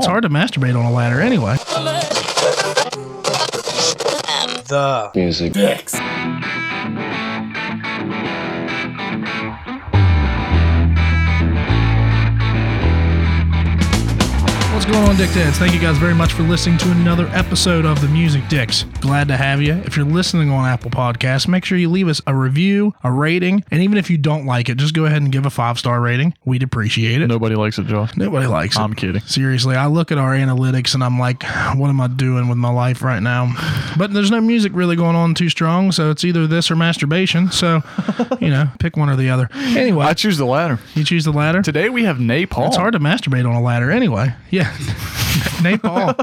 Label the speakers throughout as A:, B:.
A: It's hard to masturbate on a ladder anyway.
B: The
C: Music.
A: What's going on, Dick Dads? Thank you guys very much for listening to another episode of The Music Dicks. Glad to have you. If you're listening on Apple Podcasts, make sure you leave us a review, a rating, and even if you don't like it, just go ahead and give a five star rating. We'd appreciate it.
D: Nobody likes it, Josh.
A: Nobody likes it.
D: I'm kidding.
A: Seriously, I look at our analytics and I'm like, what am I doing with my life right now? But there's no music really going on too strong, so it's either this or masturbation. So, you know, pick one or the other. Anyway,
D: I choose the latter.
A: you choose the latter.
D: Today we have Napalm.
A: It's hard to masturbate on a ladder anyway. Yeah. Nate Paul.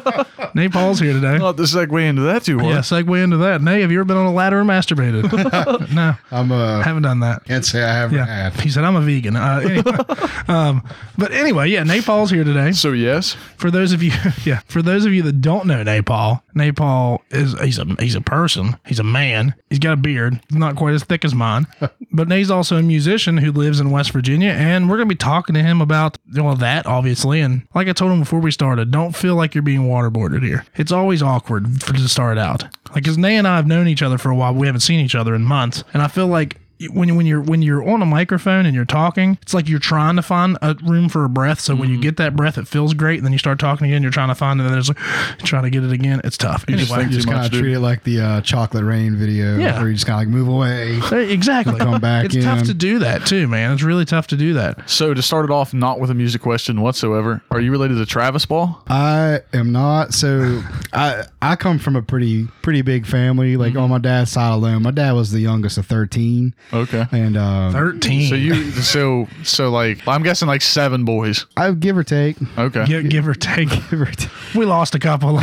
A: Nate Paul's here today.
D: Not to segue into that too hard.
A: Yeah, segue into that. Nate, have you ever been on a ladder and masturbated? no,
C: I'm
A: I
C: uh
A: haven't done that.
C: can't say I haven't
A: Yeah.
C: had.
A: He said, I'm a vegan. Uh, anyway. um, but anyway, yeah, Nate Paul's here today.
D: So yes,
A: For those of you, yeah, for those of you that don't know Napal, Napal is he's a he's a person, he's a man, he's got a beard, not quite as thick as mine, but Nate's also a musician who lives in West Virginia, and we're gonna be talking to him about well that obviously, and like I told him before we started, don't feel like you're being waterboarded here. It's always awkward for, to start out, like because Nay and I have known each other for a while, but we haven't seen each other in months, and I feel like when when you're when you're on a microphone and you're talking, it's like you're trying to find a room for a breath. So
D: Mm-hmm.
A: when you get that breath, it feels great. And then you start talking again, you're trying to find it, and then it's like trying to get it again. It's tough.
D: just
A: Anyway,
D: think
C: Just
D: too
C: kind
D: much,
C: of treat
D: dude.
C: it like the uh, chocolate rain video,
A: Yeah.
C: where you just kind of like move away.
A: there- exactly.
C: Come back
A: It's tough
C: in.
A: to do that too, man. It's really tough to do that.
D: So to start it off, not with a music question whatsoever. Are you related to Travis Ball?
C: I am not. So I I come from a pretty pretty big family. Like on my dad's side alone, my dad was the youngest of thirteen,
D: Okay.
C: and uh,
A: Thirteen.
D: So you so so like I'm guessing like seven boys.
C: I give or take,
D: Okay.
A: Gi- give or take.
C: give or take.
A: We lost a couple.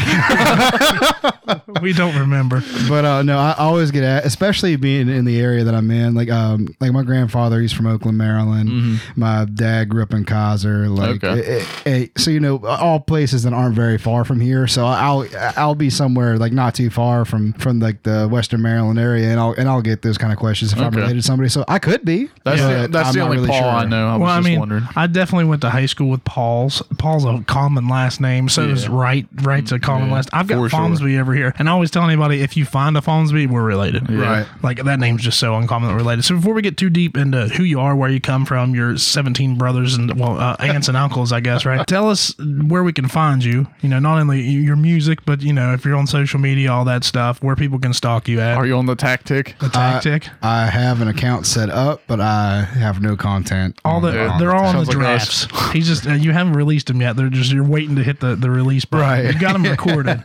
A: we don't remember.
C: But uh, no, I always get at, especially being in the area that I'm in. Like, um, like my grandfather, he's from Oakland, Maryland. My dad grew up in Kaiser. Like,
D: Mm-hmm. Okay.
C: eh, eh, eh, so you know, all places that aren't very far from here. So I'll I'll be somewhere like not too far from from like the Western Maryland area, and I'll and I'll get those kind of questions if I'm
D: Okay.
C: related to somebody. So I could be.
D: That's the,
C: but
D: that's
C: I'm
D: the
C: not
D: only
C: really
D: Paul
C: sure.
D: I know. I was
A: well, I
D: just
A: mean,
D: wondering.
A: I definitely went to high school with Paul's. Paul's a common last name, so is Wright. Wright's a common
D: yeah,
A: last. I've got
D: for sure.
A: Fonsby over here, and I always tell anybody if you find a Fonsby, we're related.
C: Right.
A: Like that name's just so uncommonly related. So before we get too deep into who you are, where you come from, your seventeen brothers and well uh, aunts and uncles, I guess, right? Tell us where we can find you. You know, not only your music, but you know, if you're on social media, all that stuff, where people can stalk you at.
D: Are you on the tactic?
A: the tactic.
C: I have an account set up, but I have no content.
A: All the,
D: Yeah.
A: they're all on the
D: Sounds like us.
A: drafts. He's just uh, you haven't released them yet. They're just you're waiting to hit the, the release button.
C: Right.
A: You got them recorded.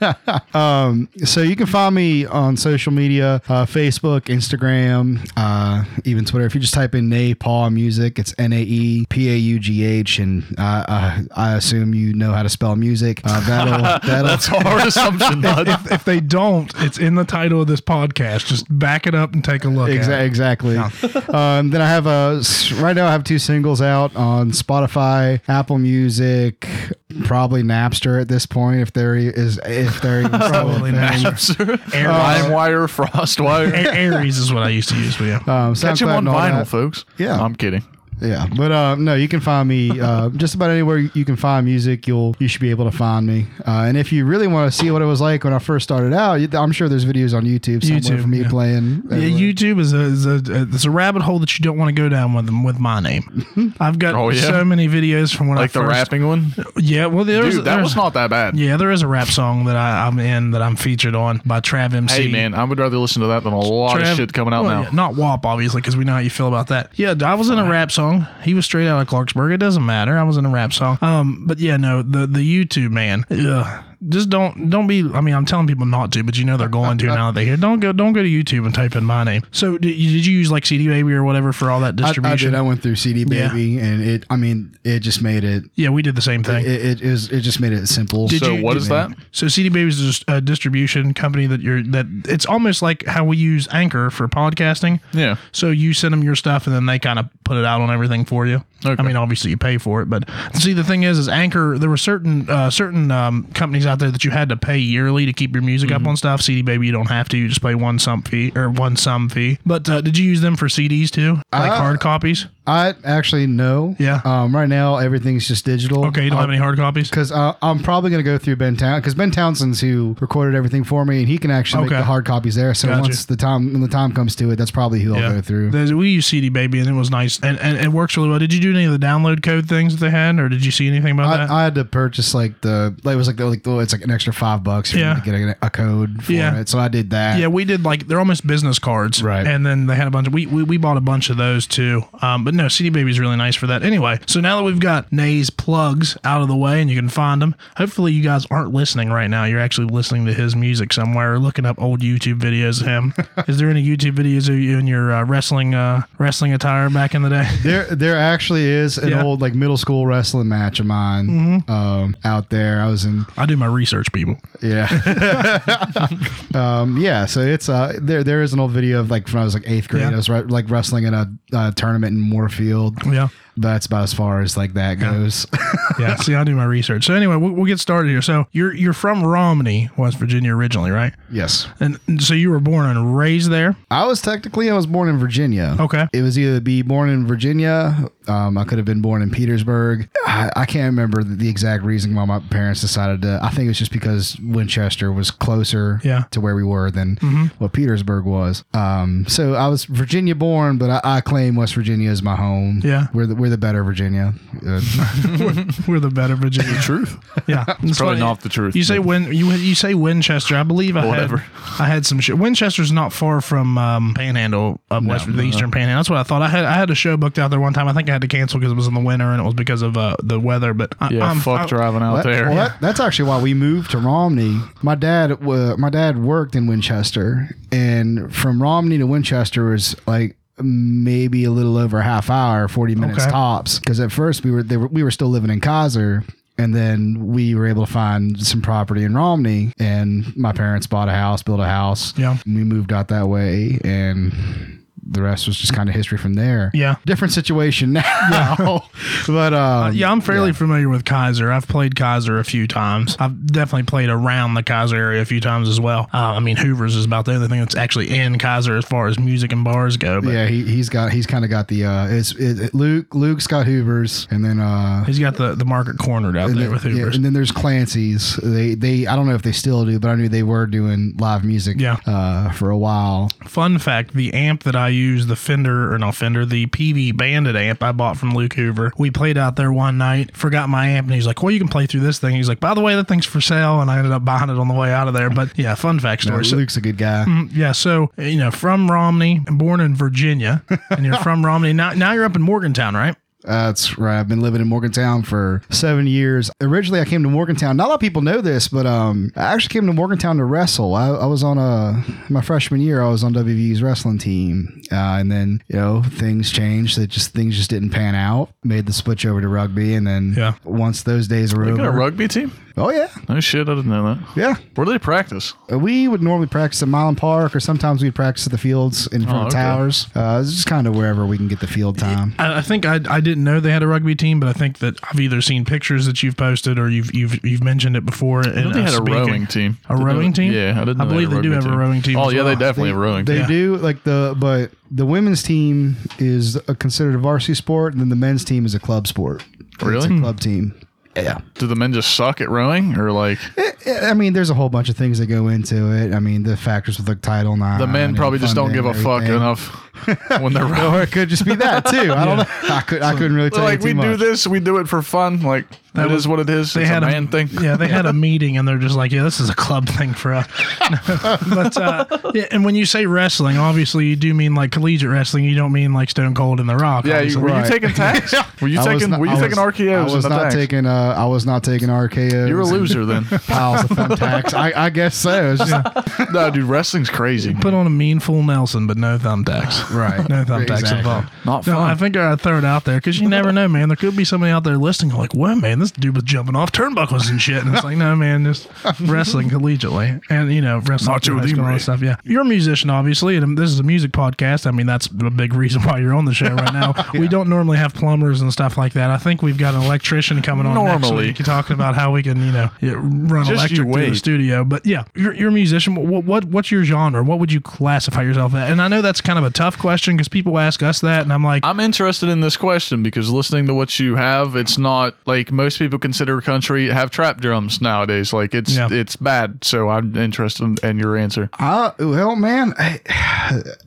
C: so you can find me on social media uh, facebook instagram uh, even twitter if you just type in napaw music it's E n-a-e-p-a-u-g-h and uh, uh, i assume you know how to spell music uh, that'll that'll
D: That's a hard assumption. bud.
A: if they don't, it's in the title of this podcast. Just back it up and take a look. at
C: Exa-
A: it.
C: Exactly. um, then I have a right now. I have two singles out on Spotify, Apple Music, probably Napster at this point. If there is, if there even still a
A: Probably
C: thing.
A: Air-
C: Uh,
D: LimeWire, FrostWire.
A: A- Aries is what I used to use for you.
C: Um,
D: Catch him
C: SoundCloud
D: on
C: and all
D: vinyl,
C: that.
D: folks.
C: Yeah.
D: I'm kidding.
C: Yeah, but um, no, you can find me uh, just about anywhere you can find music. You'll you should be able to find me. Uh, and if you really want to see what it was like when I first started out, you, I'm sure there's videos on YouTube somewhere
A: YouTube,
C: for me
A: yeah.
C: playing. uh,
A: Yeah, YouTube is a, is a uh, it's a rabbit hole that you don't want to go down with them with my name. I've got
D: Oh, yeah?
A: so many videos from when
D: Like
A: I first,
D: the rapping one.
A: Yeah, well, there was
D: Dude, that
A: there-
D: was not that bad.
A: Yeah, there is a rap song that I, I'm in that I'm featured on by Trav MC.
D: Hey man, I would rather listen to that than a lot
A: Trav-
D: of shit coming out
A: well,
D: now.
A: yeah, not WAP, obviously, because we know how you feel about that. Yeah, I was in a rap song. He was straight out of Clarksburg. It doesn't matter. I was in a rap song. Um, but yeah, no, the the YouTube man. Ugh. Just don't don't be. I mean, I'm telling people not to, but you know they're going to now that they hear. Don't go don't go to YouTube and type in my name. So did, you- did you use like CD Baby or whatever for all that
C: I, I
A: distribution?
C: did. I went through CD
A: Yeah.
C: Baby, and it. I mean, it just made it.
A: yeah, we did the same thing.
C: It, it is. It just made it simple.
A: Did
D: so
A: you-
D: what is that?
A: So CD Baby is just a distribution company that you're that it's almost like how we use Anchor for podcasting.
D: Yeah.
A: So you send them your stuff, and then they kind of put it out on everything for you.
D: Okay.
A: I mean, obviously you pay for it, but see, the thing is, is Anchor. There were certain uh, certain um, companies out there that you had to pay yearly to keep your music up on stuff. CD Baby, you don't have to. You just pay one sum fee or one sum fee. But uh, did you use them for CDs too, like hard copies?
C: I actually no.
A: Yeah.
C: Um, right now everything's just digital.
A: Okay, you don't have any hard copies.
C: Because uh, I'm probably going to go through Ben Town because Ben Townsend's who recorded everything for me, and he can actually
A: Okay.
C: make the hard copies there. So
A: Gotcha.
C: once the time when the time comes to it, that's probably who I'll go through.
A: There's- we use CD Baby and it was nice and, and it works really well. Did you do any of the download code things that they had, or did you see anything about that?
C: I, I had to purchase like the like, it was like the, like the, it's like an extra five bucks for
A: Yeah.
C: me to get a, a code for
A: Yeah.
C: it. So I did that.
A: yeah, we did like they're almost business cards,
C: Right.
A: And then they had a bunch. Of, we, we we bought a bunch of those too. Um, but no, CD Baby's really nice for that. Anyway, so now that we've got Nay's plugs out of the way and you can find them, hopefully you guys aren't listening right now. You're actually listening to his music somewhere, or looking up old YouTube videos of him. Is there any YouTube videos of you in your uh, wrestling uh, wrestling attire back in the day?
C: There, there actually is an
A: Yeah. Mm-hmm.
C: old like middle school wrestling match of mine um, out there. I was in,
A: I do my research, people.
C: yeah, um, yeah. So it's uh, there. There is an old video of like when I was like eighth grade.
A: Yeah.
C: I was re- like wrestling in a uh, tournament in Moorfield.
A: Yeah.
C: That's about as far as like that goes.
A: yeah. See, I do my research. So anyway, we'll, we'll get started here. So you're you're from Romney, West Virginia, originally, right?
C: yes,
A: And, and so you were born and raised there.
C: I was technically I was born in Virginia.
A: Okay.
C: It was either be born in Virginia. Um, I could have been born in Petersburg. I, I can't remember the, the exact reason why my parents decided to. I think it was just because Winchester was closer
A: Yeah. Mm-hmm.
C: to where we were than what Petersburg was. Um, so I was Virginia born, but I, I claim West Virginia is my home.
A: Yeah.
C: We're the, we're the better Virginia. Uh,
A: We're the better Virginia.
D: Truth.
A: Yeah, it's
D: probably not the truth,
A: You say
D: but-
A: Win, you you say Winchester. I believe I
D: Whatever.
A: had I had some shit. Winchester's not far from um, Panhandle, um, West the Eastern Panhandle. That's what I thought. I had I had a show booked out there one time. I think I had to cancel because it was in the winter and it was because of uh, the weather. But um, I,
D: Yeah,
A: I'm,
D: fuck
A: I'm-
D: driving out
C: that-
D: there.
C: well, that- that's actually why we moved to Romney. My dad, wa my dad worked in Winchester, and from Romney to Winchester was like maybe a little over a half hour, forty minutes
A: Okay.
C: tops. Because at first we were, they were we were still living in Kaiser. And then we were able to find some property in Romney, and my parents bought a house, built a house.
A: Yeah.
C: we moved out that way, and the rest was just kind of history from there.
A: Yeah. Uh,
C: different situation now, but um,
A: Yeah, I'm fairly familiar with Kaiser. I've played Kaiser a few times. I've definitely played around the Kaiser area a few times as well. Uh, I mean, Hoover's is about the only thing that's actually in Kaiser as far as music and bars go. But
C: Yeah, he he's got he's kind of got the uh it's it, Luke Luke's got Hoover's and then uh
A: he's got the, the market cornered out there with
C: yeah,
A: Hoover's.
C: and then there's Clancy's. They they I don't know if they still do, but I knew they were doing live music
A: Yeah.
C: uh for a while.
A: Fun fact: the amp that I use, the Fender or not Fender, the PV Bandit amp I bought from Luke Hoover. We played out there one night, forgot my amp, and he's like, "Well, you can play through this thing." He's like, "By the way, that thing's for sale," and I ended up buying it on the way out of there. But yeah, fun fact story. So- mm,
C: Luke's a good guy.
A: yeah, so you know, from Romney, born in Virginia, and you're from Romney. Now, now you're up in Morgantown, right?
C: That's right. I've been living in Morgantown for seven years. Originally, I came to Morgantown. Not a lot of people know this, but um, I actually came to Morgantown to wrestle. I, I was on a my freshman year. I was on WVU's wrestling team, uh, and then you know things changed. That just things just didn't pan out. Made the switch over to rugby, and then
A: Yeah.
C: once those days were
D: Got a
C: over,
D: rugby team?
C: oh yeah,
D: No shit, I didn't know that.
C: yeah. Uh,
D: Where do they practice?
C: We would normally practice at Milan Park, or sometimes we'd practice at the fields in front
D: Oh,
C: of
D: okay.
C: towers. Uh, it's just kind of wherever we can get the field time.
A: I, I think I, I didn't know they had a rugby team, but I think that I've either seen pictures that you've posted or you've you've you've mentioned it before. uh,
D: I know they had a rowing team.
A: A
D: Did they-
A: rowing team?
D: Yeah, I didn't
A: I
D: know.
A: believe they do have a rowing team
D: Oh
A: as
D: yeah,
A: well.
D: they definitely have a rowing.
C: They
D: team.
C: do like the but the women's team is a, considered a varsity sport, and then the men's team is a club sport. it's
D: Really? Hmm.
C: a club team. Yeah.
D: Do the men just suck at rowing, or like
C: eh, I mean, there's a whole bunch of things that go into it. I mean, the factors with like Title Nine.
D: the men
C: and
D: probably just don't
C: funding
D: give a
C: and
D: fuck
C: everything.
D: enough when they're rowing?
C: Or it could just be that too. I don't know. I could. I couldn't really tell
D: like
C: you
D: we
C: too
D: do
C: much.
D: this, we do it for fun. Like that is
A: was-
D: what it is.
A: they
D: it's
A: had
D: a man thing.
A: Yeah, they had a meeting and they're just like, yeah, this is a club thing for us. but uh, yeah, and when you say wrestling, obviously you do mean like collegiate wrestling. You don't mean like Stone Cold and The Rock.
D: Yeah, you,
A: obviously.
D: were
C: Right.
D: you taking tax? Were you
C: I was
D: taking?
C: not-
D: were you
C: I
D: taking
C: was-
D: RKO's?
C: I was
D: and the
C: not
D: tax?
C: taking. Uh, I was not taking RKO's.
D: You're a
C: and
D: loser then.
C: Piles of thumbtacks. I, I guess so. It's just-
D: no, dude, wrestling's crazy.
A: put on a mean full Nelson, but no thumbtacks.
C: Right.
A: No thumbtacks
C: Exactly.
A: involved.
D: Not
A: No,
D: fun.
A: I think I throw it out there because you never know, man. There could be somebody out there listening, like, "What, man? This dude was jumping off turnbuckles and shit." And it's like, no, man, just wrestling collegiately, and you know, wrestling
D: Nacho
A: through high school and all that stuff. Yeah, you're a musician, obviously, and this is a music podcast. I mean, that's a big reason why you're on the show right now. We don't normally have plumbers and stuff like that. I think we've got an electrician coming on
D: Normally.
A: next week talking about how we can, you know, yeah, run
D: Just
A: electric
D: you
A: through the
D: wait.
A: studio. But yeah, you're, you're a musician. What, what what's your genre? What would you classify yourself as? And I know that's kind of a tough question because people ask us that, and I'm like,
D: I'm interested in this question because listening to what you have, it's not like most people consider country have trap drums nowadays. Like it's
A: Yeah.
D: it's bad. So I'm interested in, in your answer.
C: Uh, well, man, I,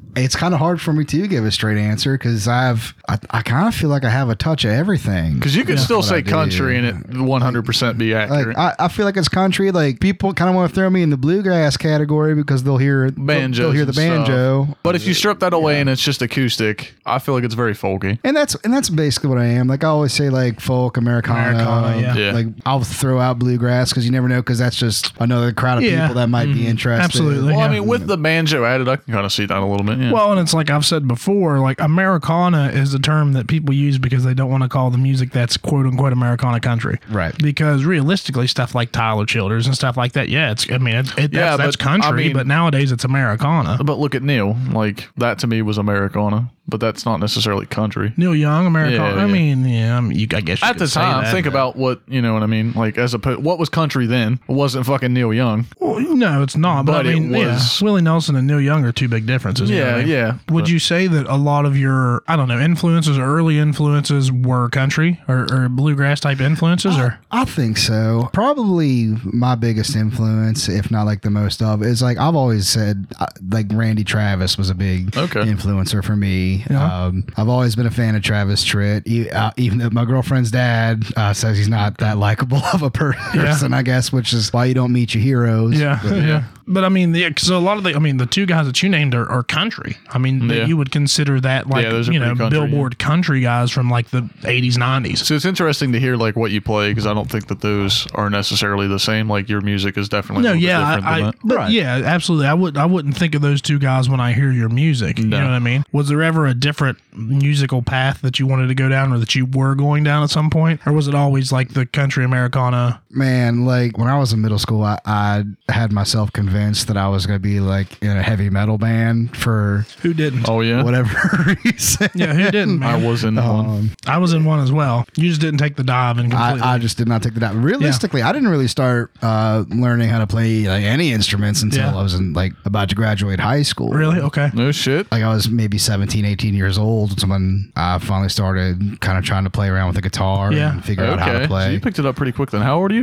C: it's kind of hard for me to give a straight answer because I've I, I kind of feel like I have a touch of everything.
D: Because you can still
C: What I
D: say
C: do.
D: country and it 100% be accurate.
C: Like I, I feel like it's country. Like people kind of want to throw me in the bluegrass category because they'll hear they'll-
D: banjo.
C: They'll hear the banjo.
D: But if you strip that away and it's just acoustic, I feel like it's very folky.
C: And that's and that's basically what I am. Like I always say, like folk Americana.
A: Americana, yeah.
D: Yeah.
C: Like I'll throw out bluegrass because you never know because that's just another crowd of
A: Yeah. Mm-hmm.
C: people that might be interested.
A: Absolutely.
D: Well, I
A: Yeah.
D: mean, with the banjo added, I can kind of see that a little bit. Yeah.
A: Well, and it's like I've said before, like Americana is a term that people use because they don't want to call the music that's quote unquote Americana country.
C: Right.
A: Because realistically, stuff like Tyler Childers and stuff like that, yeah, it's, I mean, it's, it,
D: Yeah,
A: that's, that's
D: but, I
A: country,
D: mean-
A: but nowadays it's Americana.
D: but look at Neil. Like that to me was Americana, but that's not necessarily country.
A: Neil Young, Americana.
D: Yeah, yeah.
A: I mean, yeah, I, mean, you, I guess you
D: At
A: could
D: the
A: say
D: time,
A: that.
D: think about what you know what I mean. Like as a what was country then? It wasn't fucking Neil Young.
A: Well, no, it's not. But,
D: But
A: I
D: it
A: mean,
D: was-
A: yeah, Willie Nelson and Neil Young are two big differences. you know what I mean?
D: yeah.
A: Would you say that a lot of your, I don't know, influences or early influences were country or, or bluegrass type influences? Or
D: Oh.
C: I think so. Probably my biggest influence, if not like the most of, is like I've always said, uh, like Randy Travis was a big
D: Okay.
C: influencer for me. Um, I've always been a fan of Travis Tritt, e- uh, even though my girlfriend's dad uh, says he's not that likable of a per- person, I guess, which is why you don't meet your heroes.
A: Yeah, yeah. But I mean, the, so a lot of the, I mean, the two guys that you named are, are country. I mean, that
D: Yeah.
A: you would consider that like,
D: Yeah, those are
A: you know,
D: pretty country,
A: Billboard country guys from like the 80s, 90s.
D: So it's interesting to hear like what you play because I don't think that those are necessarily the same. Like your music is definitely
A: No,
D: a little bit
A: yeah,
D: different
A: I,
D: than
A: I
D: that.
A: but yeah, absolutely. I would I wouldn't think of those two guys when I hear your music. You
D: No.
A: know what I mean? Was there ever a different musical path that you wanted to go down, or that you were going down at some point, or was it always like the country Americana?
C: Man, like when I was in middle school, I, I had myself convinced that I was going to be like in a heavy metal band for
A: Who didn't?
D: Oh yeah,
C: whatever reason.
A: Yeah, who didn't?
D: I
A: Man?
D: was in one.
C: Um,
A: I was in one as well. You just didn't take the dive and completely.
C: I, I just did not take that out. Realistically, I didn't really start uh, learning how to play like any instruments until
A: Yeah.
C: I was in like about to graduate high school.
A: really? Okay.
D: No shit.
C: Like I was maybe 17, 18 years old when I finally started kind of trying to play around with the guitar
A: Yeah.
C: and figure out how
D: Okay,
C: to
D: so
C: play.
D: you picked it up pretty quick. Then how old are you?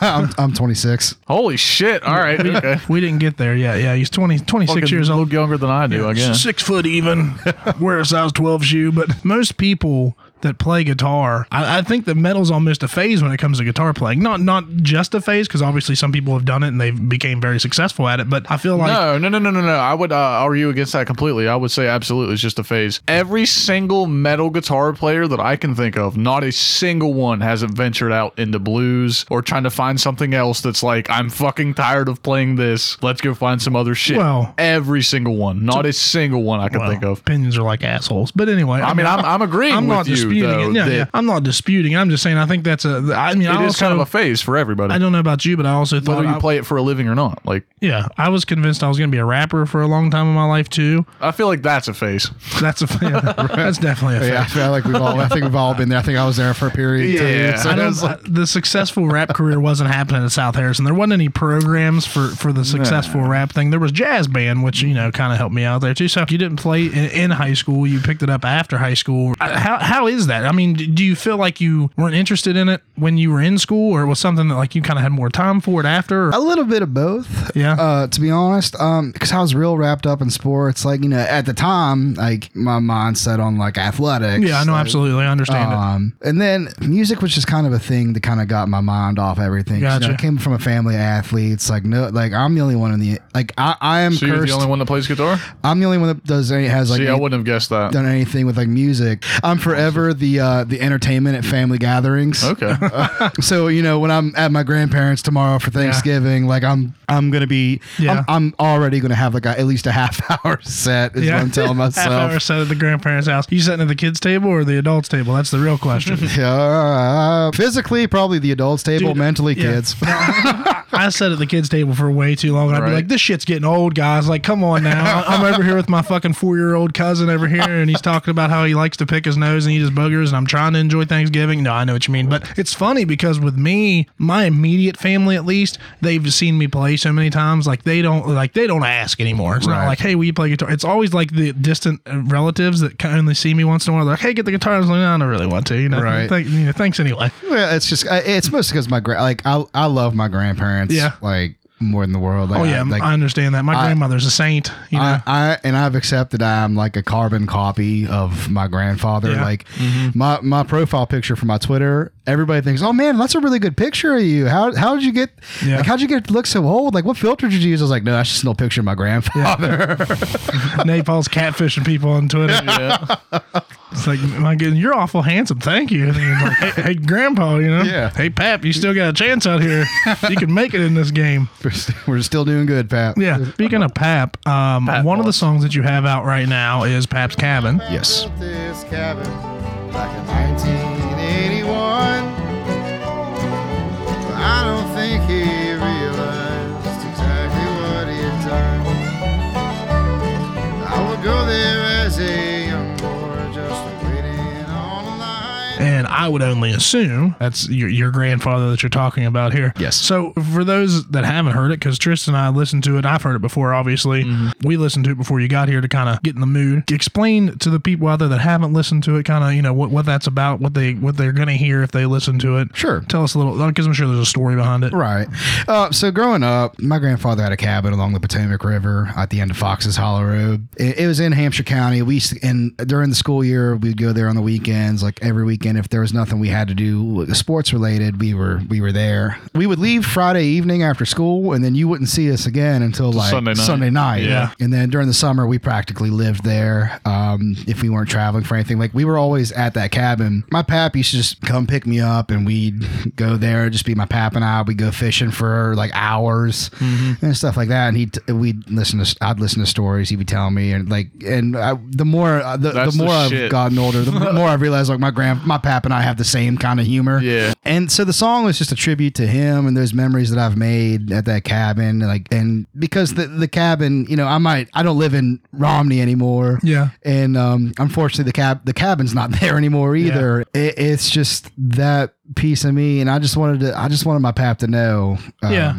C: I'm, I'm 26.
D: Holy shit! All right, okay.
A: We didn't get there yet. Yeah, he's 20, 26
D: Fucking
A: years
D: a
A: old.
D: little younger than I do, I guess.
A: Six foot even. wear a size 12 shoe. But most people that play guitar, I, I think that metal's almost a phase when it comes to guitar playing. Not not just a phase, because obviously some people have done it and they became very successful at it. But I feel like
D: No, no, no, no, no, no. I would uh, argue against that completely. I would say absolutely it's just a phase. Every single metal guitar player that I can think of, not a single one hasn't ventured out into blues or trying to find something else that's like, I'm fucking tired of playing this. Let's go find some other shit.
A: Well-
D: every single one, not a single one I can think of.
A: opinions are like assholes. But anyway,
D: I mean, I'm, I'm agreeing
A: I'm
D: with
A: not
D: you,
A: disputing
D: though,
A: it. Yeah,
D: that
A: yeah. I'm not disputing. it. I'm just saying I think that's a. I mean, I
D: It
A: also,
D: is kind of a phase for everybody,
A: I don't know about you, but I also thought
D: whether you
A: I-
D: play it for a living or not. Like,
A: yeah, I was convinced I was going to be a rapper for a long time in my life too.
D: I feel like that's a phase.
A: That's a yeah, that's definitely a phase.
C: Yeah, I feel like we've all. I think we've all been there. I think I was there for a period.
D: Yeah.
C: too. So
A: I
C: it
A: don't-
C: was like-
A: the successful rap career wasn't happening at South Harrison. There wasn't any programs for, for the successful rap thing. There was jazz band, which you know kind of helped me out there too. So if you didn't play in, in high school, you picked it up after high school. Uh, How how is that? I mean, d- do you feel like you weren't interested in it when you were in school, or it was something that like you kind of had more time for it after? Or-
C: A little bit of both.
A: Yeah.
C: Uh, to be honest, um, because I was real wrapped up in sports. Like you know, at the time, like my mindset on like athletics.
A: yeah, I know
C: like,
A: absolutely. I understand it.
C: Um, and then music was just kind of a thing that kind of got my mind off everything. 'Cause, you know,
A: Gotcha.
C: I came from a family of athletes. Like no, like I'm the only one in the like I, I am
D: So you're
C: cursed.
D: the only one that plays guitar?
C: I'm the only one that does any has like
D: See, I
C: any-
D: wouldn't have guessed that.
C: done anything with like music. I'm forever the uh, the entertainment at family gatherings.
D: Okay.
C: So you know when I'm at my grandparents tomorrow for Thanksgiving, like I'm I'm gonna be
A: Yeah.
C: I'm, I'm already gonna have like a, at least a half hour set is what I'm telling
A: Half hour
C: myself.
A: set at the grandparents' house. You sitting at the kids' table or the adults' table? That's the real question.
C: Yeah, physically probably the adults table,
A: Dude,
C: mentally
A: yeah.
C: kids.
A: I sat at the kids' table for way too long. And I'd be
D: Right.
A: like, this shit's getting old, guys. Like, come on now. I'm over here with my fucking four year old cousin over here, and he's talking about how he likes to pick his nose and eat his boogers, and I'm trying to enjoy Thanksgiving. No, I know what you mean. But it's funny because with me, my immediate family at least, they've seen me play so many times. Like, they don't, like, they don't ask anymore. It's not
D: Right.
A: like, hey, will you play guitar? It's always like the distant uh, relatives that kind of only see me once in a while. They're like, hey, get the guitar. I was like, no, I don't really want to. You know,
C: Right.
A: Thank- you know, thanks anyway.
C: Well, it's just I- it's mostly because my gra- like I I love my grandparents.
A: Yeah.
C: like more than the world. Like,
A: Oh yeah,
C: I, like,
A: I understand that. My grandmother's a saint. You know,
C: I, I and I've accepted I'm like a carbon copy of my grandfather.
A: Yeah. Mm-hmm.
C: Like my my profile picture for my Twitter, everybody thinks, "Oh man, that's a really good picture of you. How how did you get?
A: Yeah.
C: Like how'd you get to look so old? Like what filter did you use?" I was like, "No, that's just an old picture of my grandfather."
A: Napal's catfishing people on Twitter. It's like, my goodness, you're awful handsome. Thank you. And then like, hey, hey, Grandpa, you know,
C: Yeah.
A: Hey, Pap, you still got a chance out here. you can make it in this game.
C: We're st- We're still doing good, Pat.
A: Yeah. Speaking of Pap, um,
D: Pap
A: one of the
D: Boss.
A: songs that you have out right now is Pap's Cabin.
C: Yes.
E: this cabin back in 1981. But I don't think he realized exactly what he had done. I would go there as a young boy, just waiting on a line.
A: And I would only assume that's your, your grandfather that you're talking about here.
C: Yes.
A: So for those that haven't heard it, because Tristan and I listened to it, I've heard it before, obviously.
C: Mm-hmm.
A: We listened to it before you got here to kind of get in the mood. Explain to the people out there that haven't listened to it, kind of you know what, what that's about, what they what they're gonna hear if they listen to it.
C: Sure.
A: Tell us a little, because I'm sure there's a story behind it.
C: Right. Uh, so growing up, my grandfather had a cabin along the Potomac River at the end of Fox's Hollow Road. It, it was in Hampshire County. We used to, and during the school year, we'd go there on the weekends, like every weekend. If there was nothing we had to do sports related, we were we were there. We would leave Friday evening after school, and then you wouldn't see us again until like
D: Sunday night.
C: night.
D: Yeah.
C: And then during the summer, we practically lived there. Um, if we weren't traveling for anything, like we were always at that cabin. My pap used to just come pick me up, and we'd go there. Just be my pap and I. We'd go fishing for like hours
D: Mm-hmm.
C: and stuff like that. And he, would we'd listen to, I'd listen to stories he'd be telling me, and like, and I, the more, uh, the, the
D: That's the
C: more I've
D: shit.
C: gotten older, the more I've realized like my grand, my pap and I have the same kind of humor.
D: Yeah.
C: And so the song was just a tribute to him and those memories that I've made at that cabin. Like, and because the, the cabin, you know, I might, I don't live in Romney anymore.
A: Yeah.
C: And um, unfortunately, the cab, the cabin's not there anymore either. It, it's just that piece of me. And I just wanted to, I just wanted my pap to know. Um,
A: Yeah.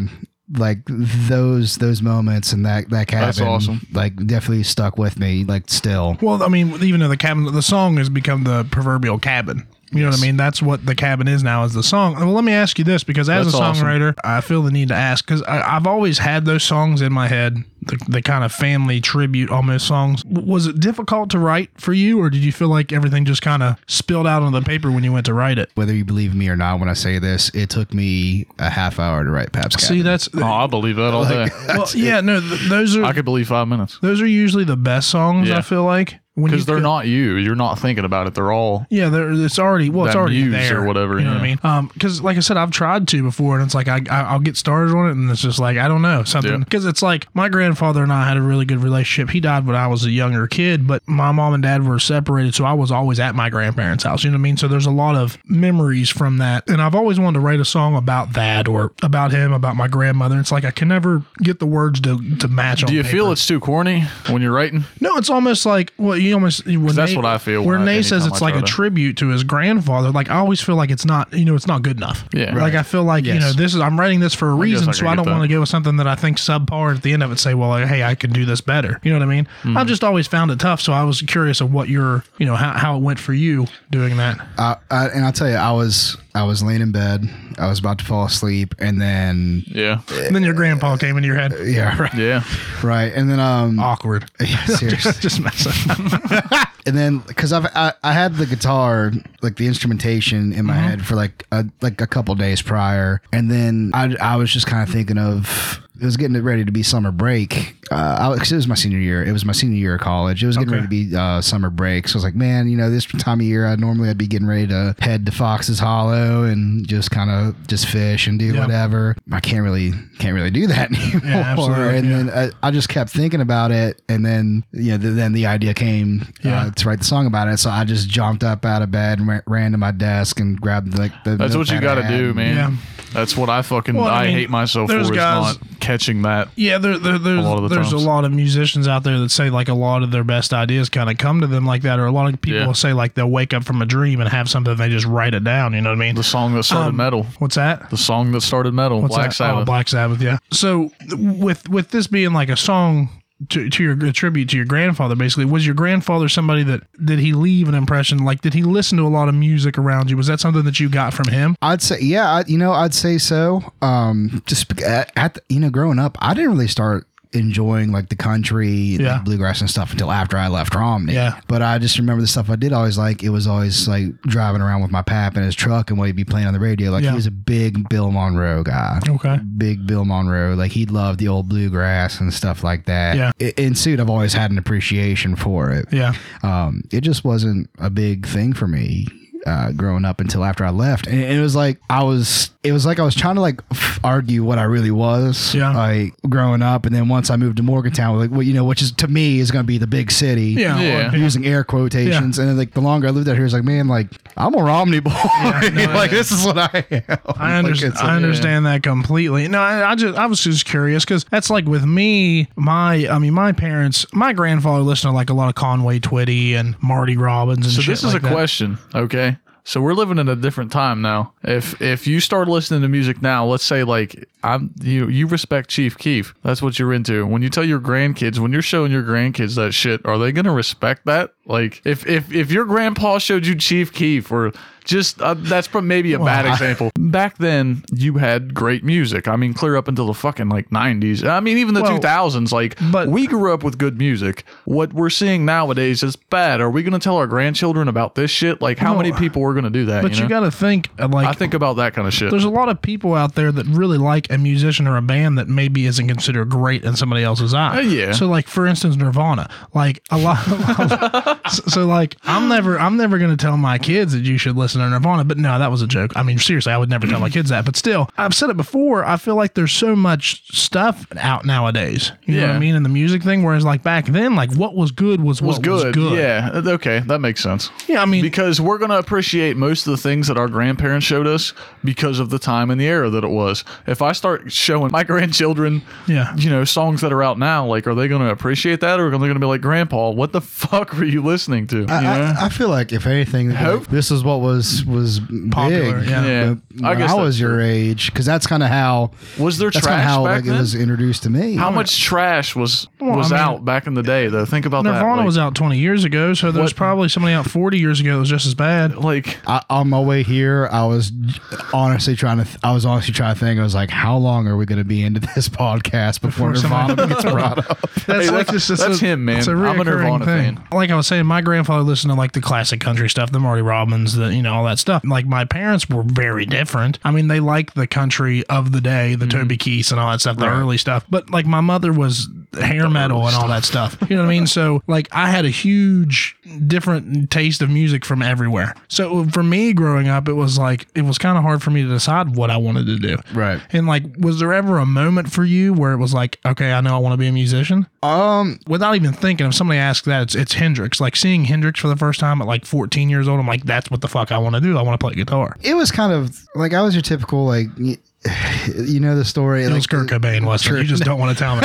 C: Like those those moments and that that cabin,
D: That's awesome.
C: Like definitely stuck with me. Like still,
A: Well, I mean, even though the cabin, the song has become the proverbial cabin. You know what I mean? That's what the cabin is now is the song. Well, let me ask you this because as
D: That's
A: a
D: awesome.
A: songwriter, I feel the need to ask because I've always had those songs in my head, the, the kind of family tribute almost songs. W- Was it difficult to write for you, or did you feel like everything just kind of spilled out on the paper when you went to write it?
C: whether you believe me or not, when I say this, it took me a half hour to write Pap's Cabin.
A: See, that's
D: Oh, I believe that all day.
A: well, yeah, no, th- those are
D: I could believe five minutes
A: those are usually the best songs.
D: Yeah.
A: I feel like when
D: because
A: you
D: they're
A: feel-
D: not you. You're not thinking about it. They're all
A: Yeah, there, it's already well, it's
D: That
A: already
D: muse
A: there
D: or whatever,
A: You know
D: yeah.
A: what I mean? Because like I said, I've tried to before, and it's like I, I I'll get started on it, and it's just like I don't know something.
D: Yeah.
A: Because it's like my grandfather and I had a really good relationship. He died when I was a younger kid, but my mom and dad were separated, so I was always at my grandparents' house. You know what I mean? So there's a lot of memories from that, and I've always wanted to write a song about that or about him, about my grandmother. It's like I can never get the words to to match.
D: Do you feel it's too corny when you're writing?
A: No, it's almost like well, you almost when
D: that's
A: Nate-
D: what I feel
A: Where
D: when I-
A: Nate says
D: anytime
A: it's
D: I
A: like
D: try
A: a
D: to-
A: tribute to his grandfather. Like I always feel like it's not, you know, it's not good enough.
D: Yeah.
A: Like I feel like you know this is I'm writing this for a reason,
D: I
A: so
D: could
A: I
D: get
A: don't want to
D: that.
A: go with something that I think subpar. and At the end of it, say, well, like, hey, I can do this better. You know what I mean?
D: Mm-hmm.
A: I've just always found it tough, so I was curious of what your, you know, how, how it went for you doing that.
C: I, I, and I'll tell you, I was I was laying in bed, I was about to fall asleep, and then
D: Yeah,
A: And then your grandpa came into your head.
C: yeah, right,
D: yeah.
C: right, and then um,
A: Awkward.
C: yeah, seriously,
A: Just messing.
C: and then because I've I, I had the guitar like the instrumentation in my
A: Mm-hmm.
C: head for like a, like a couple days prior, and then I I was just kind of thinking of it was getting ready to be summer break. Uh, I, was- cause it was my senior year. It was my senior year of college. It was getting
A: Okay.
C: ready to be uh, summer break. So I was like, man, you know, this time of year, I normally I'd be getting ready to head to Fox's Hollow and just kind of just fish and do whatever. I can't really can't really do that anymore.
A: absolutely,
C: and
A: yeah.
C: then I, I just kept thinking about it, and then you know, th- then the idea came
A: Yeah.
C: uh, to write the song about it. So I just jumped up out of bed and ra- ran to my desk and grabbed like the.
D: That's what you
C: notepad
D: got
C: I
D: to
C: had
D: do,
C: and
D: man.
A: Yeah.
D: That's what I fucking
A: Well, I
D: I,
A: mean,
D: hate myself for
A: there's
D: is
A: guys-
D: not catching that.
A: Yeah, there, there, there's,
D: lot of the
A: there's
D: times.
A: a lot of musicians out there that say like a lot of their best ideas kind of come to them like that, or a lot of people
D: Yeah.
A: will say like they'll wake up from a dream and have something and they just write it down. You know what I mean?
D: The song that started
A: Um,
D: metal.
A: What's that?
D: The song that started metal.
A: What's
D: Black
A: that?
D: Sabbath.
A: Oh, Black Sabbath. Yeah. So th- with with this being like a song to, to your a tribute to your grandfather, basically, was your grandfather somebody that did he leave an impression? Like, did he listen to a lot of music around you? Was that something that you got from him?
C: I'd say, yeah, I, you know, I'd say so. Um, just bec- at, at the, you know, growing up, I didn't really start enjoying like the country, and
A: Yeah.
C: the bluegrass and stuff until after I left Romney.
A: Yeah.
C: But I just remember the stuff I did always like. It was always like driving around with my pap in his truck and what he'd be playing on the radio. Like
A: Yeah.
C: he was a big Bill Monroe guy.
A: Okay.
C: Big Bill Monroe, like he loved the old bluegrass and stuff like that.
A: Yeah.
C: I- In suit, I've always had an appreciation for it
A: Yeah.
C: um, it just wasn't a big thing for me uh, growing up until after I left. And it was like I was, it was like I was trying to like f- argue what I really was,
A: Yeah.
C: like growing up. And then once I moved to Morgantown, like well, you know, which is to me is going to be the big city.
A: Yeah.
D: Yeah.
C: Using air quotations, and then like the longer I lived out here, it's like, man, like I'm a Romney boy. like this is what I am.
A: I,
C: Like,
A: under-
C: it's a-
A: I understand that completely. No, I, I just I was just curious because that's like with me, my I mean my parents, my grandfather listened to like a lot of Conway Twitty and Marty Robbins and
D: So
A: shit
D: this is
A: like
D: a
A: that.
D: question, okay? So we're living in a different time now. If if you start listening to music now, let's say like I'm you you respect Chief Keef. That's what you're into. When you tell your grandkids, when you're showing your grandkids that shit, are they gonna respect that? Like if if if your grandpa showed you Chief Keef or just uh, that's prob- maybe a bad example. Back then, you had great music. I mean, clear up until the fucking like '90s. I mean, even the
A: Well,
D: 2000s. Like,
A: but-
D: we grew up with good music. What we're seeing nowadays is bad. Are we going to tell our grandchildren about this shit? Like, how
A: No,
D: many people are going to do that?
A: But
D: you
A: you
D: know?
A: got to think uh, like
D: I think about that kind of shit.
A: there's a lot of people out there that really like a musician or a band that maybe isn't considered great in somebody else's eye.
D: Uh, yeah.
A: So like for instance Nirvana, like a lot. so, so, like I'm never I'm never gonna tell my kids that you should listen to Nirvana. But no, that was a joke. I mean seriously, I would never tell my kids that. But still, I've said it before. I feel like there's so much stuff out nowadays. You know what I
D: Yeah.
A: mean in the music thing. Whereas like back then, like what was good was what
D: was
A: Was
D: good.
A: good.
D: Yeah. Uh, Okay. That makes sense.
A: Yeah, I mean-
D: because we're going to appreciate most of the things that our grandparents showed us because of the time and the era that it was. If I start showing my grandchildren,
A: Yeah.
D: you know, songs that are out now, like, are they going to appreciate that or are they going to be like, Grandpa, what the fuck were you listening to?
C: I,
D: You know?
C: I, I feel like if anything, they'd be like,
D: Hope.
C: this is what was was
A: Popular,
C: Big.
A: yeah.
D: Yeah.
C: When
D: I
C: I,
D: guess
C: was
D: that's
C: your
D: true.
C: age, because that's kind of how
D: was there
C: that's
D: trash
C: kind of how
D: back
C: like
D: then?
C: it was introduced to me.
D: How much trash was was
A: I mean,
D: out back in the day though? Think about
A: Nirvana
D: that.
A: was out 20 years ago, so there was
D: What-
A: probably somebody out 40 years ago that was just as bad.
D: like, like
C: I, on my way here, I was honestly trying to. Th- I was honestly trying to think. I was like, "How long are we going to be into this podcast before,
A: Before somebody-
C: Nirvana gets brought up?"
A: That's
D: Hey,
A: like
D: that's-
A: just-
D: that's him, man.
A: it's a
D: I'm a
A: reoccurring
D: Nirvana
A: thing.
D: fan.
A: Like I was saying, my grandfather listened to like the classic country stuff, the Marty Robbins, the you know all that stuff. Like my parents were very different. I mean, they liked the country of the day, the Toby Keith and all that stuff, the early stuff. But like my mother was hair metal and all that stuff. You know what I mean? So like I had a huge different taste of music from everywhere. So for me growing up, it was like it was kind of hard for me to decide what I wanted to do.
C: Right.
A: And like, was there ever a moment for you where it was like, okay, I know I want to be a musician?
C: Um,
A: without even thinking, if somebody asks that, it's, it's Hendrix. Like seeing Hendrix for the first time at like 14 years old, I'm like, that's what the fuck I want to do. I want to play guitar.
C: it was kind of like I was your typical like, y- you know the story.
A: It
C: like,
A: was Kurt Cobain, Weston. You just don't want to tell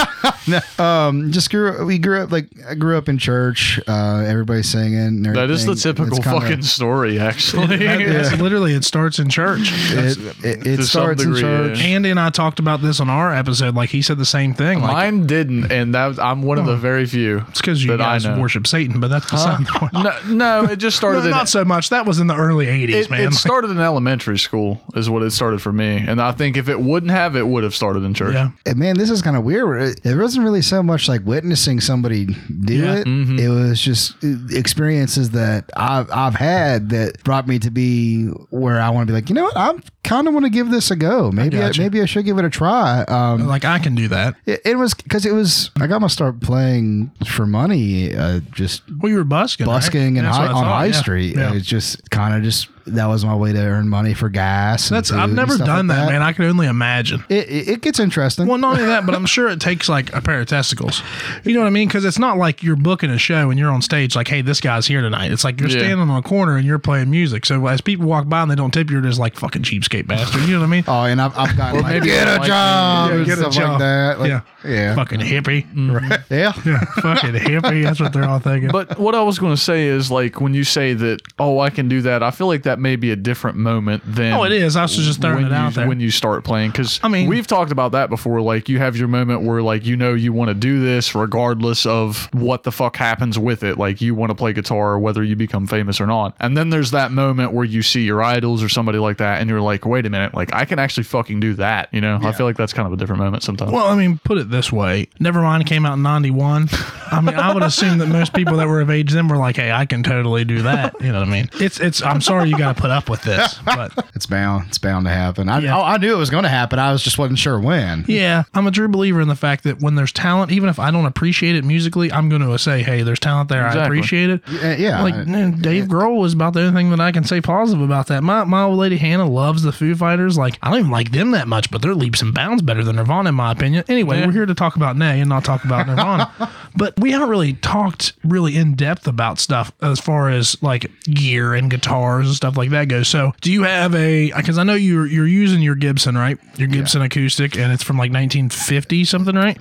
A: me.
C: um, just grew. We grew up like I grew up in church. Uh, everybody singing. and
D: that is the
C: everything.
D: typical
C: It's kinda-
D: fucking story, actually.
A: That's literally, it starts in church.
C: It, it, it
D: to some
C: starts in
D: degree, yeah.
C: church.
A: Andy and I talked about this on our episode. Like he said the same thing. Like
D: Mine didn't, and that was, I'm one of the very few.
A: it's because you
D: that I
A: guys
D: know.
A: worship Satan, but that's beside the point.
D: No, no, it just started.
A: No,
D: in,
A: not so much. That was in the early 80s,
D: it,
A: man.
D: it
A: Like,
D: started in elementary school, is what it started for me, and I think if it wouldn't have, it would have started in church.
A: yeah.
C: And man, this is kind of weird. It, it wasn't really so much like witnessing somebody do
A: Yeah. Mm-hmm.
C: it. It was just uh, experiences that I've, I've had that brought me to be where I want to be like, you know what? I kind of want to give this a go. Maybe I
A: gotcha.
C: maybe I should give it a try. Um,
A: Like I can do that.
C: it, it was because it was I got my start playing for money, uh, just
A: Well, you were busking. right?
C: busking and
A: That's
C: high,
A: what I
C: on
A: thought,
C: High
A: yeah.
C: Street. uh,
A: Yeah.
C: It's just kind of just that was my way to earn money for gas. and
A: That's
C: food
A: I've
C: and
A: never
C: stuff
A: done
C: like
A: that, man. I can only imagine.
C: It, it, it gets interesting.
A: Well, not only that, but I'm sure it takes like a pair of testicles. You know what I mean? Because it's not like you're booking a show and you're on stage like, hey, this guy's here tonight. It's like you're
D: Yeah.
A: standing on a corner and you're playing music. So as people walk by and they don't tip, you're just like fucking cheapskate bastard. You know what I mean?
C: oh, and I've, I've gotten like,
D: maybe
C: get
D: they
C: a
D: like you.
C: job
A: Yeah,
C: and
A: get a
C: stuff
A: job.
C: like that. Like,
A: Yeah.
C: yeah,
A: Fucking hippie. Right.
C: yeah.
A: Mm-hmm. Yeah, fucking hippie. That's what they're all thinking.
D: But what I was going to say is like when you say that, oh, I can do that. I feel like that may be a different moment than.
A: Oh, it is. I was just throwing
D: when
A: it out
D: you,
A: there.
D: when you start playing because
A: I mean-
D: we've talked about that before. Like you have your moment where like you know you want to do this regardless of what the fuck happens with it. Like you want to play guitar whether you become famous or not. And then there's that moment where you see your idols or somebody like that, and you're like, wait a minute, like I can actually fucking do that. You know, I feel like that's kind of a different moment sometimes.
A: Well, I mean, put it this way. Nevermind came out in 91. I mean, I would assume that most people that were of age then were like, hey, I can totally do that. You know what I mean? It's, it's, I'm sorry you got to put up with this, but
C: It's bound. It's bound to happen. I,
A: Yeah.
C: I, I knew it was going to happen. I was just wasn't sure when.
A: yeah, I'm a true believer in the fact that when there's talent, even if I don't appreciate it musically, I'm going to say, hey, there's talent there. I
D: Exactly.
A: appreciate it.
C: Uh, yeah.
A: Like man, Dave Grohl is about the only thing that I can say positive about that. My my old lady Hannah loves the Foo Fighters. Like I don't even like them that much, but they're leaps and bounds better than Nirvana in my opinion. Anyway, we're here to talk about Nay and not talk about Nirvana. but we haven't really talked really in depth about stuff as far as like gear and guitars and stuff like that goes. So do you have a? Because I know you're you're using your Gibson right, your Gibson acoustic, and it's from like 1950 something, right?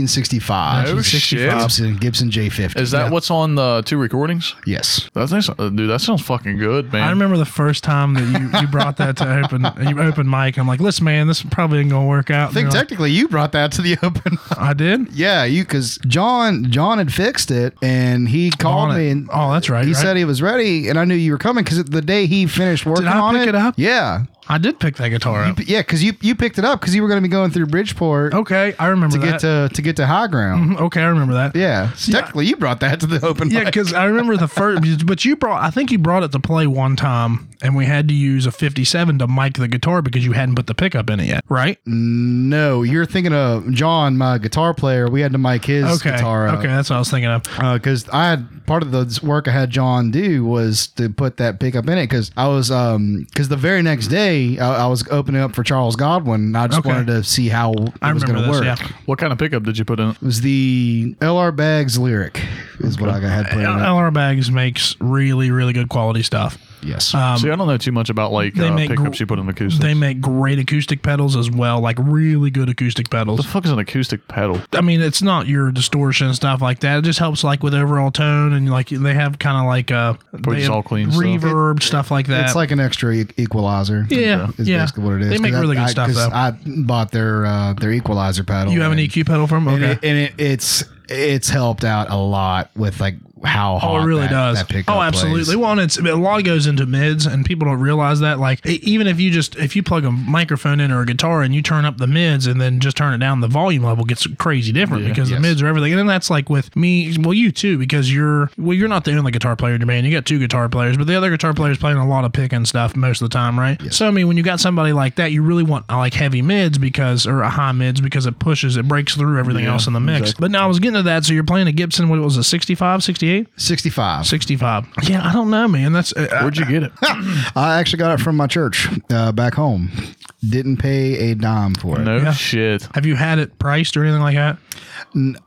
C: 1965.
A: Oh,
D: No shit.
C: Gibson, Gibson J50.
D: is that what's on the two recordings?
C: yes.
D: That's nice, uh, dude. That sounds fucking good, man.
A: I remember the first time that you, you brought that to open you open mic. I'm like, listen, man, this probably ain't gonna work out.
C: I think
A: And you're
C: technically you brought that to the open.
A: like, I did.
C: yeah, you because John John had fixed it and he called
A: On it.
C: me and
A: oh, that's right.
C: he
A: right?
C: said he was ready and I knew you were coming because the day he finished working
A: I
C: on
A: pick it up?
C: Yeah,
A: I did pick that guitar up.
C: P- yeah, because you you picked it up because you were going to be going through Bridgeport
A: Okay, I remember
C: to
A: that. Mm-hmm.
C: get to to get to high ground.
A: okay, I remember that.
C: Yeah, technically you brought that to the open.
A: Yeah,
C: mic.
A: because I remember the first, but you brought, I think you brought it to play one time, and we had to use a 57 to mic the guitar because you hadn't put the pickup in it yet, right?
C: no, you're thinking of John, my guitar player. We had to mic his
A: Okay.
C: guitar uh, up.
A: Okay, that's what I was thinking of.
C: because I had part of the work I had John do was to put that pickup in it because I was um because the very next day I, I was opening up for Charles Godwin and I just
A: Okay.
C: wanted to see how it
A: I
C: was going
A: remember
C: to
A: this.
C: work.
A: Yeah.
D: what kind of pickup did you put in? it?
C: It was the LR Bags lyric is what I had played.
A: L-
C: up.
A: LR Bags makes really, really good quality stuff.
C: Yes,
A: Uh,
D: See, I don't know too much about like
A: they
D: uh,
A: make
D: pickups
A: gr-
D: you put in acoustics.
A: They make great acoustic pedals as well, like really good acoustic
D: the
A: pedals.
D: fuck is an acoustic pedal?
A: I mean, it's not your distortion and stuff like that. It just helps like with overall tone and like they have kind of like uh
D: But
A: they
D: it's
A: have
D: all clean stuff.
A: reverb stuff like that.
C: it's like an extra e- equalizer.
A: Yeah,
C: is
A: yeah.
C: basically what it is.
A: They make
C: 'Cause I-
A: really good
C: I,
A: stuff,
C: 'cause
A: though.
C: I bought their uh, their equalizer pedal.
A: you have an
C: and-
A: EQ pedal from
C: and,
A: okay.
C: it, and it, it's it's helped out a lot with like how
A: Oh,
C: hot
A: it really
C: that-
A: does.
C: that pickup
A: oh,
C: plays.
A: absolutely. Well, and it's a lot goes into mids, and people don't realize that. Like, e- even if you just if you plug a microphone in or a guitar and you turn up the mids and then just turn it down, the volume level gets crazy different because the
C: yes.
A: mids are everything. And then that's like with me. Well, you too, because you're well, you're not the only guitar player in your band. You got two guitar players, but the other guitar player's playing a lot of pick and stuff most of the time, right? So I mean, when you got somebody like that, you really want uh, like heavy mids because or a high mids because it pushes, it breaks through everything else in the mix. But now I was getting to that. So you're playing a Gibson. What was it, 65, 68?
C: 65.
A: 65. Yeah, I don't know, man. That's uh,
D: Where'd you get it?
C: I actually got it from my church uh, back home. Didn't pay a dime for it.
D: No
A: Yeah.
D: shit.
A: have you had it priced or anything like that?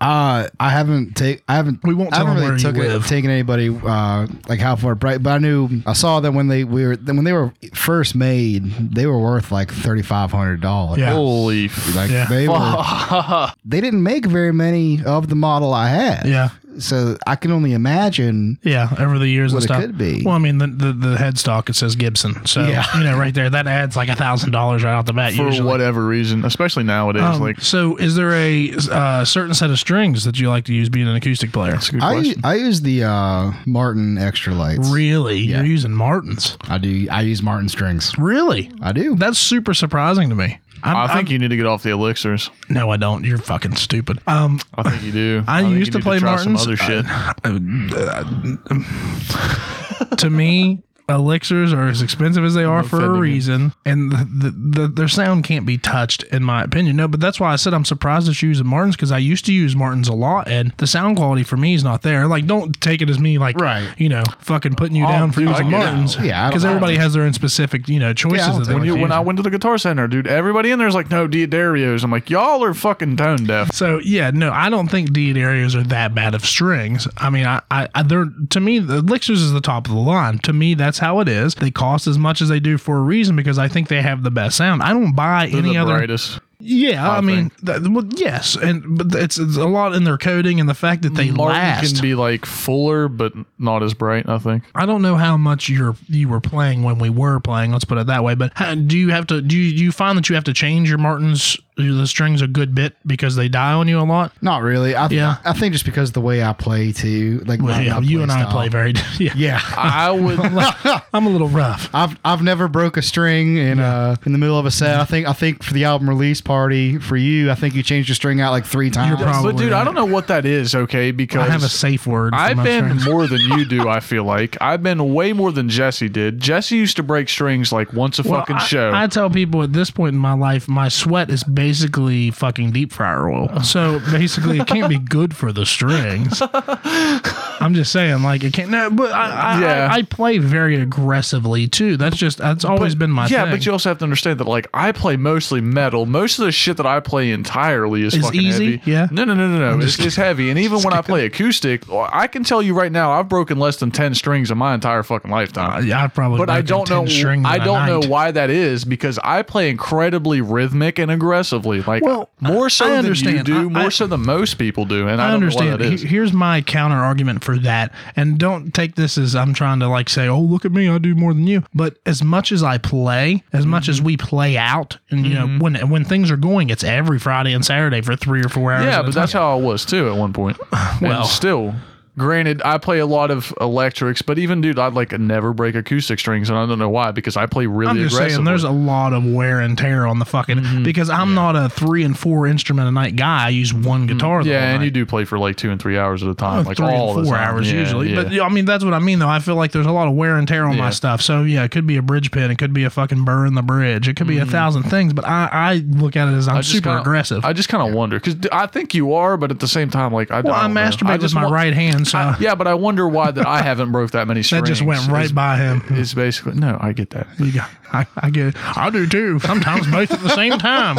C: Uh, I haven't take. I haven't.
A: We won't
C: I haven't
A: tell 'em
C: took
A: where you
C: it-
A: live.
C: taken anybody uh, like how far bright. But I knew I saw that when they we were when they were first made, they were worth like thirty five hundred dollars.
A: Yeah.
D: Holy f-
C: Like
A: Yeah.
C: they were, they didn't make very many of the model I had.
A: Yeah.
C: So I can only imagine.
A: Yeah, over the years
C: What
A: and
C: it
A: stuff.
C: could be.
A: Well, I mean, the, the, the headstock, it says Gibson. So,
C: Yeah.
A: you know, right there, that adds like a $1,000 right off the bat.
D: for
A: usually.
D: whatever reason, especially nowadays.
A: Um,
D: like,
A: so, is there a uh, certain set of strings that you like to use being an acoustic player?
D: that's a good
C: I,
D: question.
C: I use the uh, Martin extra lights.
A: Really? You're using Martins?
C: I do. I use Martin strings.
A: Really?
C: I do.
A: That's super surprising to me. I'm,
D: I think
A: I'm-
D: you need to get off the elixirs.
A: no, I don't. You're fucking stupid. Um,
D: I think you do.
A: I
D: think you
A: used to
D: need
A: play
D: try some
A: Martins.
D: other shit.
A: to me, elixirs are as expensive as they are for a
D: offending you.
A: reason, and the, the, the, their sound can't be touched, in my opinion. No, but that's why I said I'm surprised that you're using Martins because I used to use Martins a lot, and the sound quality for me is not there. Like, don't take it as me like,
C: Right.
A: you know, fucking putting you
D: Oh,
A: down for
D: dude,
A: using
D: I get it.
A: Martins.
C: Yeah, I don't-
A: because
C: I don't-
A: everybody has their own specific, you know, choices
C: don't
A: that they
C: think-
A: like
D: You-
A: to
D: when
A: use.
D: I went to the guitar center, dude, everybody in there's like, no, Diodarios. I'm like, y'all are fucking tone deaf.
A: So yeah, no, I don't think deed areas are that bad of strings. I mean, I, I, I they're to me the elixirs is the top of the line. To me, that's how it is. They cost as much as they do for a reason because I think they have the best sound. I don't buy
D: They're
A: any
D: the
A: other.
D: brightest.
A: Yeah, I,
D: I
A: mean, th- well, yes, and but it's, it's a lot in their coding and the fact that they
D: Martin
A: last.
D: can be like fuller, but not as bright. I think.
A: I don't know how much you're you were playing when we were playing. Let's put it that way. But how, do you have to do you, do you find that you have to change your Martins the strings a good bit because they die on you a lot?
C: Not really. I,
A: Yeah.
C: I think just because the way I play too, like
A: Well,
C: my-
A: yeah,
C: my
A: you and I
C: style.
A: play very yeah.
C: Yeah.
D: I would.
A: I'm a little rough.
C: I've I've never broke a string in uh in the middle of a set. I think I think for the album release party for you, I think you changed your string out like three times.
A: probably-
D: but dude, I don't know what that is. Okay,
A: I
D: because
A: have a safe word. for
D: I've
A: my
D: been
A: friends.
D: more than you do. I feel like I've been way more than Jesse did. Jesse used to break strings like once a
A: Well,
D: fucking
A: I-
D: show.
A: I tell people at this point in my life, my sweat is basically fucking deep fryer oil. So basically, it can't be good for the strings. I'm just saying, like it can't. No, but I, I,
D: Yeah.
A: I, I play very aggressively too. That's just that's always been my
D: yeah,
A: thing.
D: but you also have to understand that like I play mostly metal. Most of the shit that I play entirely is
A: Is
D: fucking
A: easy?
D: heavy.
A: Yeah.
D: No, no, no, no, no. It's, it's heavy. And even when I play acoustic, well, I can tell you right now, I've broken less than ten strings in my entire fucking lifetime.
A: I, I Uh, probably
D: but I
A: break a
D: don't
A: 10
D: know.
A: string
D: I
A: in a
D: don't know
A: night.
D: why that is because I play incredibly rhythmic and aggressively. Like
A: Well, I-
D: more so
A: I
D: than you
A: understand.
D: do,
A: I-
D: more
A: I-
D: so than most people do. And I, don't
A: understand.
D: know why that is.
A: He- Here's my counter argument for that, and don't take this as I'm trying to like say, "Oh, look at me, I do more than you." But as much as I play, as much
D: Mm-hmm.
A: as we play out, and you know, when when things are going, it's every Friday and Saturday for three or four hours.
D: yeah,
A: at a
D: but that's
A: time.
D: how I was too at one point.
A: Well.
D: and still. Granted, I play a lot of electrics, but even dude, I'd like never break acoustic strings, and I don't know why because I play really
A: I'm just
D: aggressively.
A: saying, there's a lot of wear and tear on the fucking
D: Mm-hmm.
A: because I'm not a three and four instrument a night guy. I use one guitar. the whole
D: Mm-hmm. yeah, and
A: night.
D: you do play for like two and three hours at a time, like
A: Oh, three
D: all
A: and
D: the
A: four
D: time.
A: hours
D: Yeah,
A: usually.
D: yeah.
A: But yeah, I mean, that's what I mean though. I feel like there's a lot of wear and tear on my
D: Yeah.
A: stuff. So yeah, it could be a bridge pin, it could be a fucking burr in the bridge, it could be a thousand things. But I, I look at it as I'm
D: just
A: super
D: kinda-
A: aggressive.
D: Mm. I just kind of 'cause wonder because I think you are, but at the same time, like I
A: well, I
D: don't know.
A: masturbate
D: I
A: with
D: just
A: my
D: wa-
A: right hand, so
D: I- yeah, but I wonder why that I haven't broke that many
A: Uh, that
D: strings.
A: just went right
D: is,
A: by him.
D: Is basically no, I get that.
A: You got, I, I get it. I do too. Sometimes both at the same time.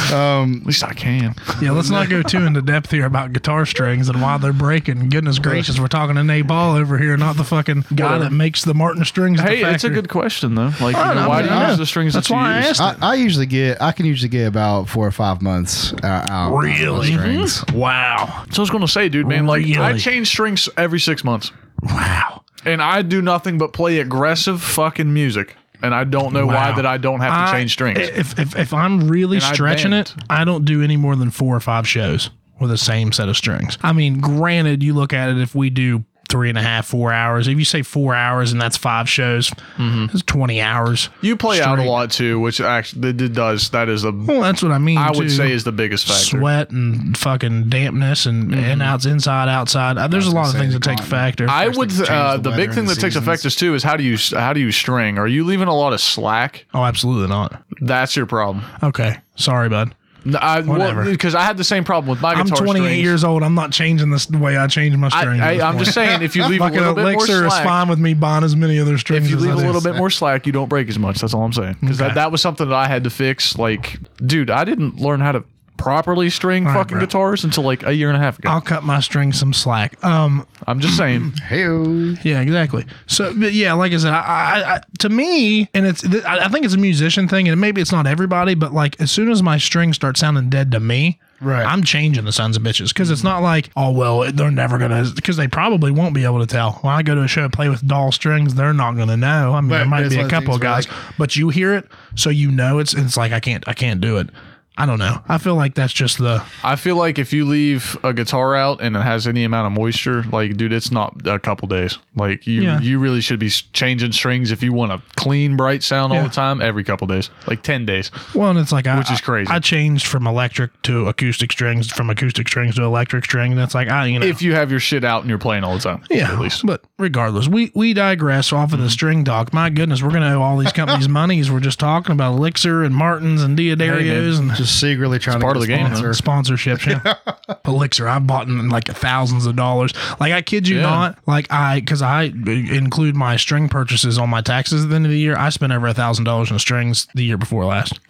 D: At least I can.
A: Yeah, let's not go too into depth here about guitar strings and why they're breaking. Goodness gracious, we're talking to Nate Ball over here, not the fucking guy
D: Whatever.
A: that makes the Martin strings. at the
D: Hey, it's a
A: factory.
D: good question though. Like, you
A: I
D: know,
A: know,
D: why do you
A: yeah.
D: use the strings
A: That's
D: that you
A: why I
D: use?
A: asked.
C: I, I usually get I can usually get about four or five months uh, out.
A: Really?
C: Strings.
A: Wow.
D: So I was gonna say, dude, man, like I
A: Really?
D: change strings every six months,
A: Wow.
D: and I do nothing but play aggressive fucking music, and I don't know why
A: Wow.
D: that I don't have to
A: I-
D: change strings.
A: If, if, if I'm really
D: And I
A: stretching
D: bend.
A: it, I don't do any more than four or five shows with the same set of strings. I mean, granted, you look at it, if we do three and a half, four hours, if you say four hours and that's five shows,
D: Mm-hmm.
A: it's 20 hours.
D: you play out a
A: straight.
D: lot too, which actually it does. That is the
A: Well, that's what I mean.
D: I would
A: too.
D: say is the biggest factor.
A: sweat and fucking dampness and
D: Mm-hmm.
A: in outs, inside, outside. Uh, There's a lot of
C: say
A: things
C: the
A: that take
C: climate.
A: factor.
D: I would
C: thing to change
D: uh,
C: the
D: the
C: weather
D: big
C: and
D: thing
C: the
D: that takes
C: seasons.
D: effect is too is how do you how do you string? Are you leaving a lot of slack?
A: oh, absolutely not.
D: That's your problem.
A: Okay, sorry, bud.
D: No, I,
A: Whatever.
D: because I had the same problem with my
A: I'm
D: guitar
A: 28
D: strings.
A: years old. I'm not changing this the way I change my strings.
D: I,
A: at this
D: I, I'm
A: point.
D: just saying, if you leave a
A: Fucking
D: little bit more
A: elixir is
D: slack,
A: fine with me buying as many other strings
D: if you
A: as
D: leave
A: I
D: a
A: do.
D: little bit more slack, you don't break as much. That's all I'm saying. Because that,
A: Okay.
D: that was something that I had to fix. Like, dude, I didn't learn how to properly string
A: right,
D: fucking
A: bro.
D: guitars until like a year and a half ago.
A: I'll cut my strings some slack. Um,
D: I'm just saying.
C: Hey.
A: yeah, exactly. So, but yeah, like I said, I, I, I to me, and it's, th- I I think it's a musician thing, and maybe it's not everybody, but like as soon as my strings start sounding dead to me,
C: Right.
A: I'm changing the sons of bitches because it's not like, oh well, they're never gonna, because they probably won't be able to tell. When I go to a show and play with doll strings, they're not gonna know. I mean,
C: But
A: there might
C: it's
A: be
C: one
A: a
C: of the
A: couple
C: things
A: of
C: where,
A: guys, but you hear it, so you know it's, it's like I can't, I can't do it. I don't know. I feel like that's just the
D: I feel like if you leave a guitar out and it has any amount of moisture, like dude, it's not a couple days. Like you,
A: Yeah.
D: you really should be s- changing strings if you want a clean, bright sound all
A: Yeah.
D: the time. Every couple days, like ten days.
A: well, and it's like I,
D: Which is crazy.
A: I changed from electric to acoustic strings, from acoustic strings to electric string. That's like I, you know,
D: If you have your shit out and you're playing all the time,
A: Yeah,
D: at least.
A: But regardless, we we digress off of the string talk. My goodness, we're gonna owe all these companies monies. We're just talking about Elixir and Martins and Diodarios and
C: Just secretly trying
D: part
C: to
D: of
C: get
D: the game,
C: a sponsor.
A: sponsorships. Yeah. Elixir, I've bought in like thousands of dollars. Like I kid you
D: Yeah.
A: not. Like I, because I include my string purchases on my taxes at the end of the year. I spent over a thousand dollars in strings the year before last.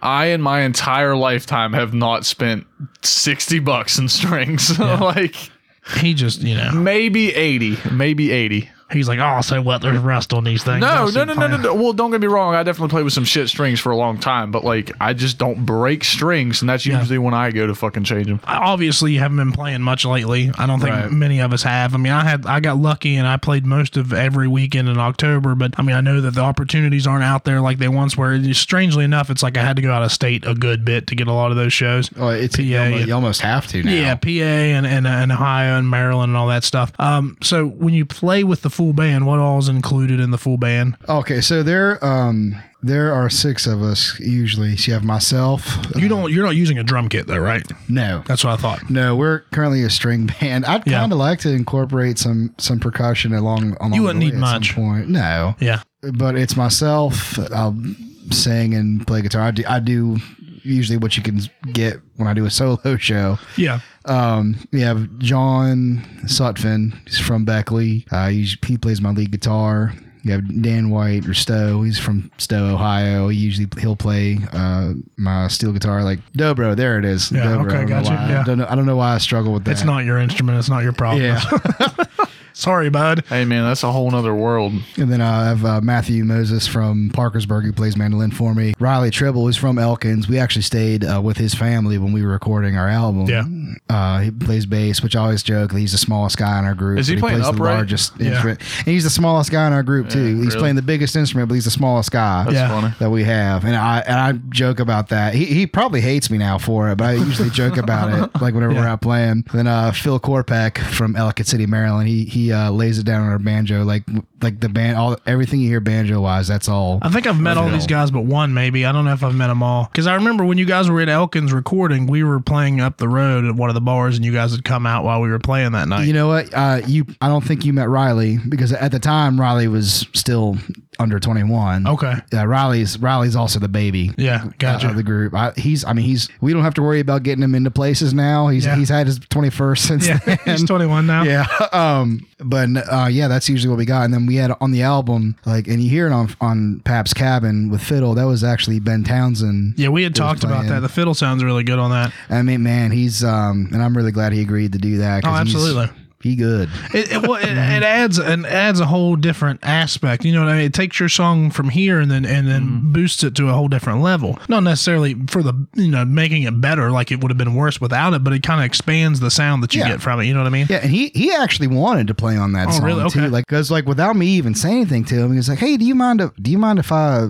D: I in my entire lifetime have not spent sixty bucks in strings. like
A: He just, you know,
D: maybe eighty, maybe eighty.
A: he's like, oh, so what? There's rust on these things.
D: No,
A: I'll
D: no,
A: see
D: no, no,
A: fine."
D: no, no. Well, don't get me wrong. I definitely played with some shit strings for a long time, but like I just don't break strings, and that's usually when I go to fucking change them.
A: obviously you haven't been playing much lately. I don't think
D: Right.
A: many of us have. I mean, I had I got lucky and I played most of every weekend in October, but I mean, I know that the opportunities aren't out there like they once were. It's- Strangely enough, it's like I had to go out of state a good bit to get a lot of those shows.
C: Oh, it's you,
A: PA.
C: almost, you almost have to now.
A: Yeah, PA and, and, and Ohio and Maryland and all that stuff. Um, so when you play with the full band, what all is included in the full band?
C: Okay, so there um there are six of us usually. So you have myself.
A: You don't you're not using a drum kit though, right?
C: No.
A: That's what I thought.
C: No, we're currently a string band. I'd
A: Yeah.
C: kind of like to incorporate some some percussion along along
A: You wouldn't
C: the way
A: need
C: at some
A: much.
C: point. No.
A: Yeah.
C: But it's myself. I'll sing and play guitar. I do, I do usually what you can get when I do a solo show.
A: Yeah.
C: Um, we have John Sutphin. He's from Beckley. Uh, he's, he plays my lead guitar. You have Dan White or Stowe. He's from Stowe, Ohio. He usually he'll play uh, my steel guitar, like dobro. There it is.
A: Yeah,
C: dobro.
A: okay,
C: I don't know
A: gotcha,
C: why.
A: yeah.
C: I don't know. I don't know why I struggle with that.
A: It's not your instrument, it's not your problem.
C: Yeah.
A: Sorry, bud.
D: Hey man, that's a whole nother world.
C: and then I have uh, Matthew Moses from Parkersburg who plays mandolin for me. Riley Tribble is from Elkins. We actually stayed uh, with his family when we were recording our album.
A: Yeah.
C: Uh, he plays bass, which I always joke that he's the smallest guy in our group.
D: Is he
C: but
D: playing
C: plays
D: upright?
C: The largest instrument. And he's the smallest guy in our group too. he's
D: really?
C: playing the biggest instrument, but he's the smallest guy.
D: That's
A: Yeah.
D: funny.
C: That we have, and I and I joke about that. He, he probably hates me now for it, but I usually joke about it, like whenever we're out playing. Then uh, Phil Korpek from Ellicott City, Maryland, he he uh, lays it down on our banjo, like like the band, all everything you hear banjo wise, that's all.
A: I think I've met all these guys but one, maybe. I don't know if I've met them all. Because I remember when you guys were at Elkins recording, we were playing up the road at one of the bars, and you guys had come out while we were playing that night.
C: You know what? Uh, you I don't think you met Riley because at the time Riley was still under twenty one.
A: okay.
C: Yeah, Riley's Riley's also the baby.
A: Yeah,
C: uh,
A: gotcha.
C: Of the group, I, he's. I mean, he's. We don't have to worry about getting him into places now. He's
A: Yeah.
C: he's had his twenty first since
A: yeah,
C: then.
A: he's 21 now.
C: yeah. Um. But uh, yeah, that's usually what we got. And then we had on the album, like, and you hear it on on Pap's Cabin with fiddle. That was actually Ben Townsend.
A: Yeah, we had talked about
C: playing.
A: that. The fiddle sounds really good on that.
C: I mean, man, he's. Um. And I'm really glad he agreed to do that. 'cause
A: Oh,
C: he's-
A: absolutely.
C: He good.
A: It, it, well,
C: Mm-hmm.
A: it, it adds and adds a whole different aspect. You know what I mean? It takes your song from here and then and then
C: Mm-hmm.
A: boosts it to a whole different level. Not necessarily for the you know making it better, like it would have been worse without it, but it kind of expands the sound that you
C: Yeah.
A: get from it. You know what I mean?
C: Yeah, and he he actually wanted to play on that
A: Oh,
C: song
A: really? Okay.
C: too. Like, cause like without me even saying anything to him, he was like, "Hey, do you mind? If, do you mind if I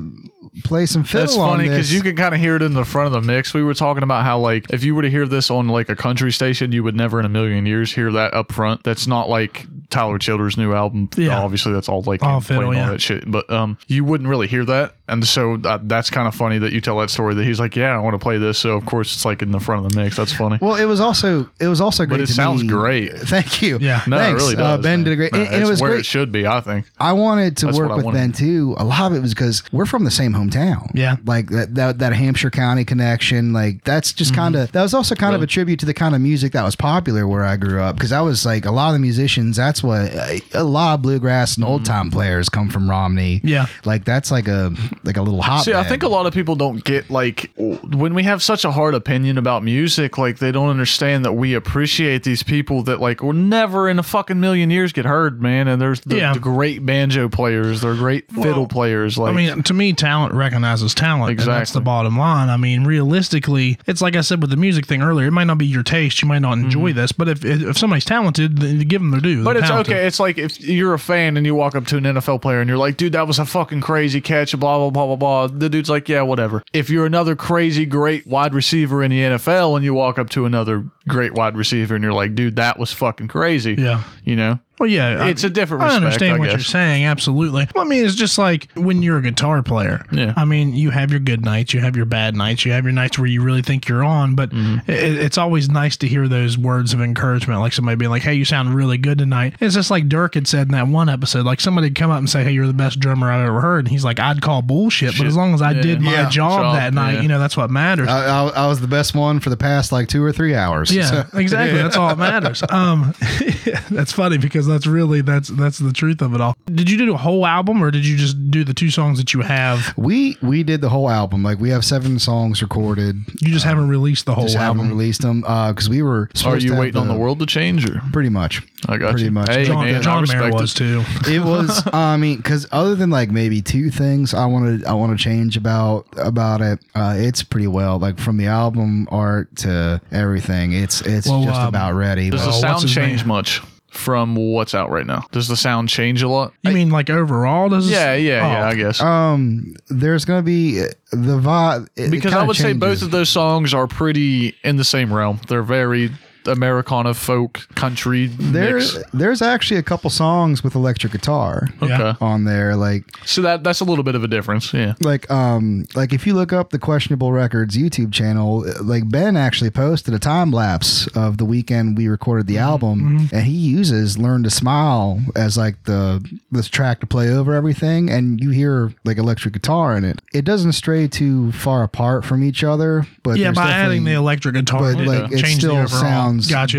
C: play some fiddle
D: That's
C: on
D: funny
C: this?"
D: because you can kind of hear it in the front of the mix. We were talking about how like if you were to hear this on like a country station, you would never in a million years hear that up front. That's not like Tyler Childers' new album.
A: Yeah.
D: obviously that's all like
A: All
D: him
A: fiddle,
D: playing
A: yeah.
D: all that shit. But um, you wouldn't really hear that, and so uh, that's kind of funny that you tell that story. That he's like, yeah, I want to play this. So of course it's like in the front of the mix. That's funny.
C: well, it was also it was also great.
D: but it
C: to
D: sounds
C: me.
D: great.
C: Thank you.
A: Yeah.
D: No,
C: Thanks.
D: it really
C: Uh,
D: does.
C: ben
D: man.
C: did a great,
D: No,
C: and, and it
D: it's
C: was
D: where
C: great.
D: it should be. I think.
C: I wanted to
D: That's
C: work
D: what I
C: with
D: wanted.
C: Ben too. A lot of it was because we're from the same hometown.
A: Yeah.
C: like that that, that Hampshire County connection. Like that's just
D: Mm-hmm.
C: kind of that was also kind of a tribute to the kind of music that was popular where I grew up. Because I was like a lot of the musicians. That's what a lot of bluegrass and
D: Mm-hmm.
C: old time players come from Romney.
A: Yeah.
C: like that's like a like a little hot.
D: See, I think a lot of people don't get like when we have such a hard opinion about music, like they don't understand that we appreciate these people that like will never in a fucking million years get heard, man. And there's the,
A: Yeah.
D: the great banjo players, they're great fiddle players. Like,
A: I mean, to me, talent recognizes talent. Exactly. that's the
D: Exactly.
A: bottom line. I mean, realistically, it's like I said with the music thing earlier. It might not be your taste. You might not enjoy this, but if if somebody's talented, then give them their due.
D: Mm-hmm. but
A: They're
D: it's it's
A: talented.
D: okay. It's like if you're a fan and you walk up to an NFL player and you're like, dude, that was a fucking crazy catch, blah, blah, blah, blah, blah. The dude's like, yeah, whatever. If you're another crazy, great wide receiver in the NFL and you walk up to another great wide receiver and you're like, dude, that was fucking crazy.
A: Yeah.
D: You know?
A: Well, yeah,
D: It's a different respect,
A: I understand
D: I
A: what you're
D: guess.
A: saying. Absolutely. Well, I mean, it's just like when you're a guitar player.
D: Yeah.
A: I mean, you have your good nights, you have your bad nights, you have your nights where you really think you're on, but i it's always nice to hear those words of encouragement, like somebody being like, "Hey, you sound really good tonight." It's just like Dirk had said in that one episode. Like somebody would come up and say, "Hey, you're the best drummer I've ever heard," and he's like, "I'd call bullshit, but as long as I did my
C: Yeah.
A: job,
D: Job,
A: that night,
D: yeah.
A: you know, that's what matters."
C: I, I, I was the best one for the past like two or three hours.
A: Yeah,
C: So-
A: exactly. That's all that matters. Um, that's funny because that's really that's that's the truth of it all. Did you do a whole album or did you just do the two songs that you have?
C: we we did the whole album. Like we have seven songs recorded.
A: You just haven't released the whole
C: Just
A: album.
C: haven't released them because we were.
D: Are
C: supposed to
D: you
C: have
D: waiting on the world to change or?
C: Pretty much.
D: I got
C: Pretty
D: you.
C: much.
D: Hey,
A: John,
D: man, I
A: John
D: respect
A: Mayer
D: it.
A: was too.
C: it was uh, i mean because other than like maybe two things i want to i want to change about about it uh it's pretty well like from the album art to everything it's it's
A: Well,
C: just
A: um,
C: about ready
D: Does the
A: what's
C: Well,
D: sound
A: his
D: change
A: name?
D: much from what's out right now? Does the sound change a lot?
A: You mean like overall? Does it-
D: Yeah, yeah,
A: Oh.
D: yeah, I guess.
C: um there's gonna be uh, the vibe it- it
D: because I
C: kinda
D: would say both
C: changes.
D: of those songs are pretty in the same realm. They're very Americana folk country
C: there's
D: mix.
C: there's actually a couple songs with electric guitar
A: Oh, Yeah.
D: Okay.
C: on there like
D: So that that's a little bit of a difference. Yeah.
C: like um like if you look up the questionable records youtube channel like ben actually posted a time lapse of the weekend we recorded
A: Mm-hmm.
C: the album and he uses learn to smile as like the this track to play over everything and you hear like electric guitar in it it doesn't stray too far apart from each other but
A: Yeah,
C: there's
A: by adding the
C: definitely-
A: electric guitar,
C: but like it
A: changed
C: still sounds
A: Gotcha.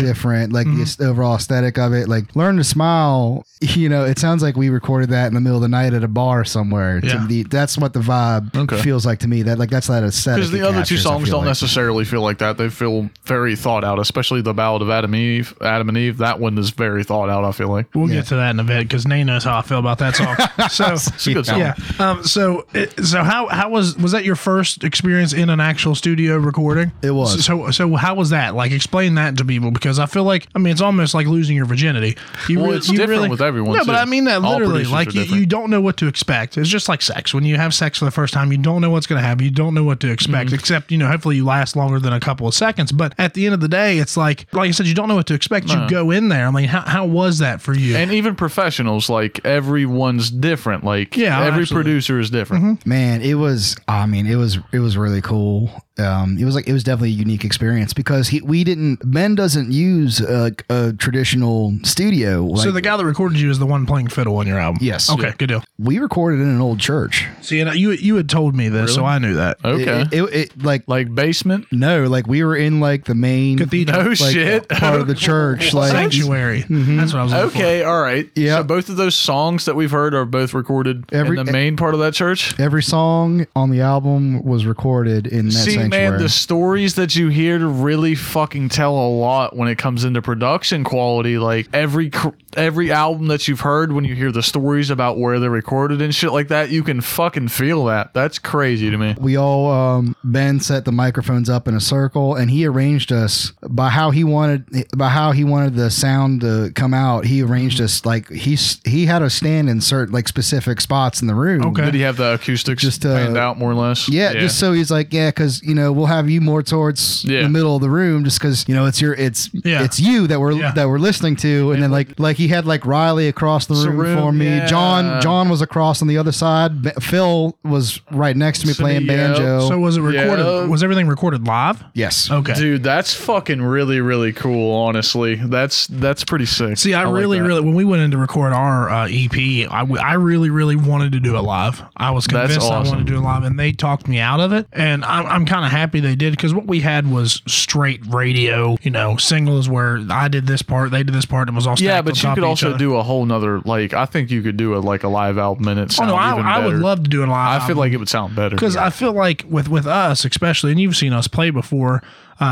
D: Mm-hmm.
C: different like the s- overall aesthetic of it like learn to smile you know it sounds like we recorded that in the middle of the night at a bar somewhere To
A: Yeah.
C: the- that's what the vibe
D: Okay.
C: feels like to me that like that's that aesthetic
D: Because
C: it
D: the other two
C: captures, I
D: songs
C: feel
D: don't
C: like.
D: necessarily feel like that. They feel very thought out, especially the Ballad of Adam Eve. Adam and Eve. That one is very thought out. I feel like
A: We'll get to that in a bit because Nate knows how I feel about that song. So.
D: it's a good song.
A: Yeah. Um. So, it- so how how was was that your first experience in an actual studio recording?
C: It was.
A: So so how was that? Like, explain that to people because I feel like I mean it's almost like losing your virginity. You
D: Well,
A: re-
D: it's different with everyone,
A: No, but
D: too.
A: I mean that
D: All
A: literally.
D: producers
A: Like
D: are
A: you,
D: different.
A: you don't know what to expect. It's just like sex. When you have sex for the first time, you don't know what's going to happen. You don't know what to expect.
D: Mm-hmm.
A: Except you know, hopefully you last longer than a couple of seconds. But at the end of the day, it's like like I said, you don't know what to expect. You go in there. I mean, how how was that for you?
D: And even professionals, like everyone's different. Like
C: oh,
A: Yeah,
D: every
A: absolutely.
D: producer is different.
C: man it was i mean it was it was really cool um it was like it was definitely a unique experience because he we didn't ben doesn't use a, a traditional studio like
A: so the guy that recorded you is the one playing fiddle on your album.
C: Yes.
A: Okay.
C: Yeah.
A: Good deal.
C: we recorded in an old church
A: See, and I- you you had told me this, so I knew that.
C: It-
D: Okay,
C: it, it, it like
D: like basement.
C: no like we were in like the main
A: Cathedral.
D: No
C: like,
D: shit.
C: part of the church like
A: Sanctuary. That's what I was looking for.
D: Okay, all right.
C: Yeah.
D: So both of those songs that we've heard are both recorded
C: Every-
D: in the main part of that church.
C: Every song on the album was recorded in that
D: See,
C: sanctuary.
D: man, the stories that you hear really fucking tell a lot when it comes into production quality. Like every cr- every album that you've heard, when you hear the stories about where they're recorded and shit like that, you can fucking feel that. That's crazy to me.
C: we all um, Ben set the microphones up in a circle, and he arranged us by how he wanted by how he wanted the sound to come out. He arranged us like he s- he had us stand in certain like specific spots in the room.
A: Okay.
D: Did he have the acoustics
C: Just,
D: just
C: uh,
D: panned out more or less?
C: Yeah, just so he's like, yeah, because you know we'll have you more towards
D: Yeah.
C: the middle of the room, just because you know it's your it's
A: Yeah.
C: it's you that we're
A: Yeah.
C: that we're listening to, and then like like he had like Riley across the room,
D: room,
C: for me,
D: yeah.
C: John John was across on the other side, Ba- Phil was right next to me playing
D: yeah.
C: banjo.
A: So was it recorded?
D: Yeah.
A: Was everything recorded live?
C: yes,
A: Okay.
D: Dude, that's fucking really, really cool. Honestly, that's that's pretty sick.
A: See, I,
D: like
A: really,
D: that.
A: really, when we went in to record our uh, EP, I, w- I really, really wanted to do it live. I was
D: That's
A: convinced I
D: awesome.
A: wanted to do it live, and they talked me out of it. And I'm, I'm kind of happy they did because what we had was straight radio, you know, singles where I did this part, they did this part, and it was all
D: Yeah,
A: stacked on
D: but you
A: top
D: could
A: of each
D: also
A: other.
D: do a whole nother like I think you could do a like a live album and it
A: Oh
D: sound
A: no, I,
D: even
A: I would
D: better.
A: love to do it live.
D: I feel like it would sound better.
A: because I feel like with with us, especially, and you've seen us play before.